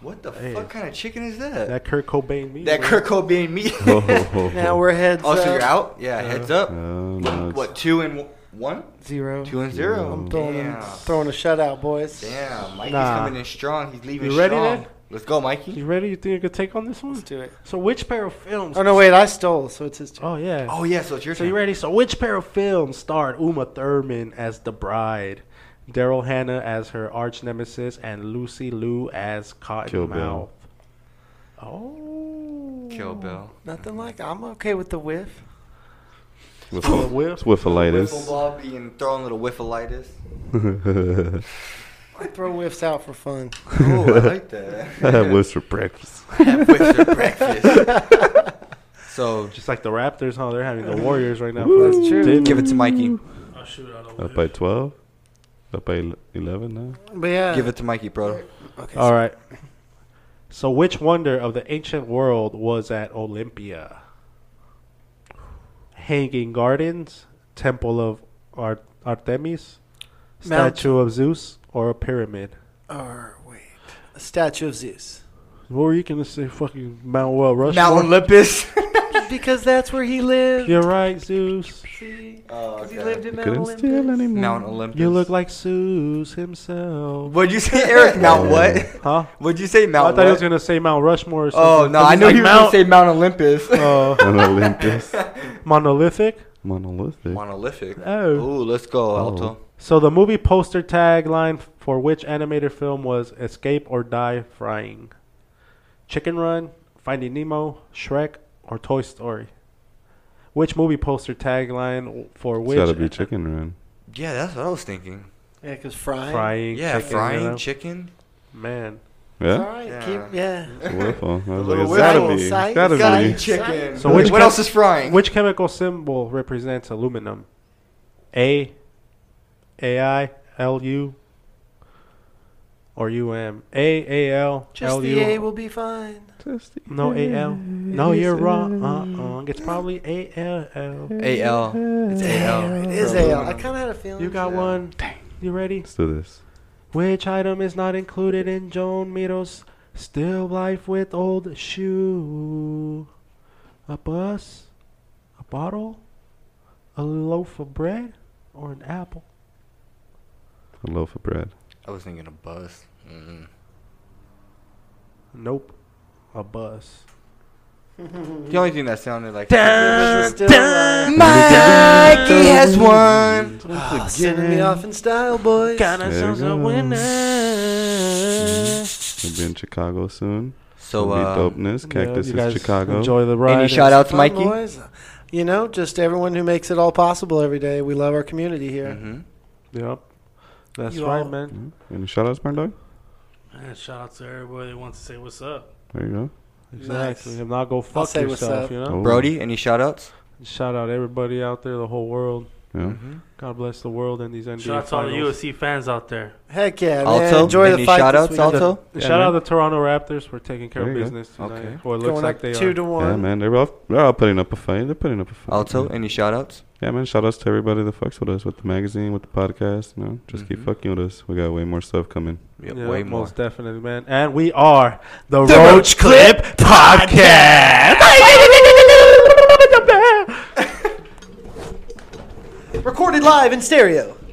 S3: What the
S8: Hey.
S3: fuck kind of chicken is that? That,
S8: That Kurt Cobain meat. man.
S3: Kurt Cobain meat.
S4: Oh, ho, ho,
S2: now
S4: ho.
S2: we're heads
S3: oh,
S2: up.
S3: so you're out? Yeah, heads up.
S4: Oh,
S3: what,
S4: no, it's-
S3: what, two and w- one?
S2: Zero.
S3: Two and zero.
S2: I'm throwing,
S3: Damn.
S2: throwing a shutout, boys.
S3: Damn, Mikey's
S8: Nah.
S3: coming in strong. He's leaving
S8: You ready
S3: strong.
S8: then?
S3: Let's go, Mikey.
S8: You ready? You think you could take on this one?
S2: Let's do it.
S8: So which pair of films?
S2: Oh no, wait, I stole, so it's his turn.
S8: Oh yeah.
S3: Oh, yeah, so it's your
S8: So
S3: turn.
S8: you ready? So which pair of films starred Uma Thurman as the bride, Daryl Hannah as her arch nemesis, and Lucy Liu as
S4: Kill
S8: Cottonmouth?
S4: Bill.
S8: Oh.
S3: Kill Bill.
S2: Nothing like I'm okay with the whiff.
S4: With,
S8: Oh, whiff.
S4: it's whiffalitis.
S3: Wiffle ball being throwing little whiffleitis.
S2: I throw whiffs out for fun.
S3: Oh, I like that.
S4: I had whiffs for breakfast.
S3: Have whiffs for breakfast. so,
S8: Just like the Raptors, huh? They're having the Warriors right now.
S2: That's true.
S3: give it to Mikey.
S7: Oh shoot, I don't
S4: Up by 12? Up by ele- 11 now?
S2: But yeah,
S3: Give it to Mikey, bro.
S2: Okay,
S8: All right. So which wonder of the ancient world was at Olympia? Hanging gardens, temple of Ar- Artemis,
S2: Mount-
S8: statue of Zeus, or a pyramid?
S2: Or wait, a statue of Zeus.
S8: What were you gonna say? Fucking Mount Well Rushmore.
S3: Mount Olympus.
S2: because that's where he lived.
S8: You're right, Zeus.
S2: See,
S3: Oh,
S2: 'Cause he
S3: okay.
S2: lived in
S4: You
S2: Mount
S4: couldn't steal
S2: Olympus.
S4: anymore.
S3: Mount Olympus.
S8: You look like Zeus himself.
S3: What'd you say, Eric? Mount what?
S8: Huh?
S3: What'd you say,
S8: Oh. I
S3: Mount
S8: thought he was
S3: what?
S8: gonna say Mount Rushmore. Or something.
S3: Oh, no,
S8: 'Cause
S3: I
S8: he's
S3: knew
S8: like,
S3: he was
S8: Mount
S3: going to say Mount Olympus.
S8: uh,
S4: An Olympus.
S8: monolithic.
S4: Monolithic.
S3: Monolithic.
S8: Oh.
S3: Ooh, let's go, Alto.
S8: So the movie poster tagline for which animated film was "Escape or Die Frying"? Chicken Run, Finding Nemo, Shrek, or Toy Story? Which movie poster tagline for
S4: It's
S8: which?
S4: gotta be chicken run.
S3: Yeah, that's what I was thinking.
S2: Yeah, because frying.
S8: Frying.
S3: Yeah,
S8: chicken,
S3: frying
S8: you know?
S3: chicken.
S8: Man.
S2: It's
S4: Yeah?
S2: all right.
S3: Yeah.
S2: Keep yeah.
S4: It's a Wiffle. I was like,
S3: little
S4: it's gotta
S2: wiffle.
S4: be.
S2: Sight,
S4: It's gotta
S2: sight.
S4: be.
S3: Chicken.
S8: So which
S3: what
S8: com-
S3: else is frying?
S8: Which chemical symbol represents aluminum? A, A I L U, or U M? A A L
S2: Just
S8: L
S2: the A
S8: U
S2: will be fine.
S8: No A L. No, you're wrong. Uh uh It's probably A L L.
S3: AL. It's AL.
S2: It is
S3: Bro.
S2: ale. I kind of had a feeling.
S8: You got one. You ready?
S4: Let's do this.
S8: Which item is not included in Joan Mito's Still Life with Old Shoe? A bus? A bottle? A loaf of bread? Or an apple?
S4: A loaf of bread.
S3: I was thinking a bus. Mm-hmm. Mm-mm.
S8: Nope. A bus.
S3: The only thing that sounded like
S2: This is still alive.
S3: Mikey has won.
S2: Oh, sending me off in style, boys.
S7: Kinda
S4: There
S7: sounds
S4: it
S7: a
S4: goes.
S7: winner.
S4: We'll be in Chicago soon.
S3: So
S4: We'll be
S3: uh,
S4: dopeness.
S8: Yeah,
S4: Cactus
S8: you
S4: is
S8: guys
S4: Chicago.
S8: Enjoy the ride.
S3: any
S8: and
S3: shout outs,
S2: Fun
S3: Mikey?
S2: boys. You know, just everyone who makes it all possible every day. We love our community here.
S3: Mhm.
S8: Yep. That's
S7: You
S8: right,
S7: all-
S8: man.
S4: Hmm? Any shout outs, Burn Dog?
S7: Man, shout out to everybody that wants to say what's up.
S4: There you go.
S8: Exactly. If not, go fuck
S2: say what's
S8: yourself,
S2: up.
S8: you know?
S4: Oh,
S3: Brody, any shout outs?
S8: Shout out everybody out there, the whole world.
S4: Oh. Yeah.
S3: Mm-hmm.
S8: God bless the world and these NBA
S7: Shout out to all the
S8: finals.
S7: UFC fans out there.
S2: Heck yeah, man.
S3: Also,
S2: Enjoy
S3: any
S2: the fight.
S3: shout
S2: this
S3: outs?
S2: weekend.
S3: Also,
S8: And
S4: Yeah,
S8: Shout out
S4: man.
S8: the Toronto Raptors for taking care of
S4: There you go.
S8: business tonight.
S3: Okay.
S8: Or it looks
S2: Going
S8: like
S2: up
S8: they
S2: two
S8: are.
S2: to one.
S4: Yeah, man. They're all, they're all putting up a fight. They're putting up a fight.
S3: also,
S4: man.
S3: any shout outs?
S4: Yeah, man. Shout outs to everybody that fucks with us with the magazine, with the podcast. You know, just keep
S3: Mhm.
S4: fucking with us. We got way more stuff coming.
S3: Yeah,
S8: Yeah,
S3: way more.
S8: most definitely, man. And we are the, Roach,
S2: Clip
S8: Podcast.
S2: Recorded live in stereo.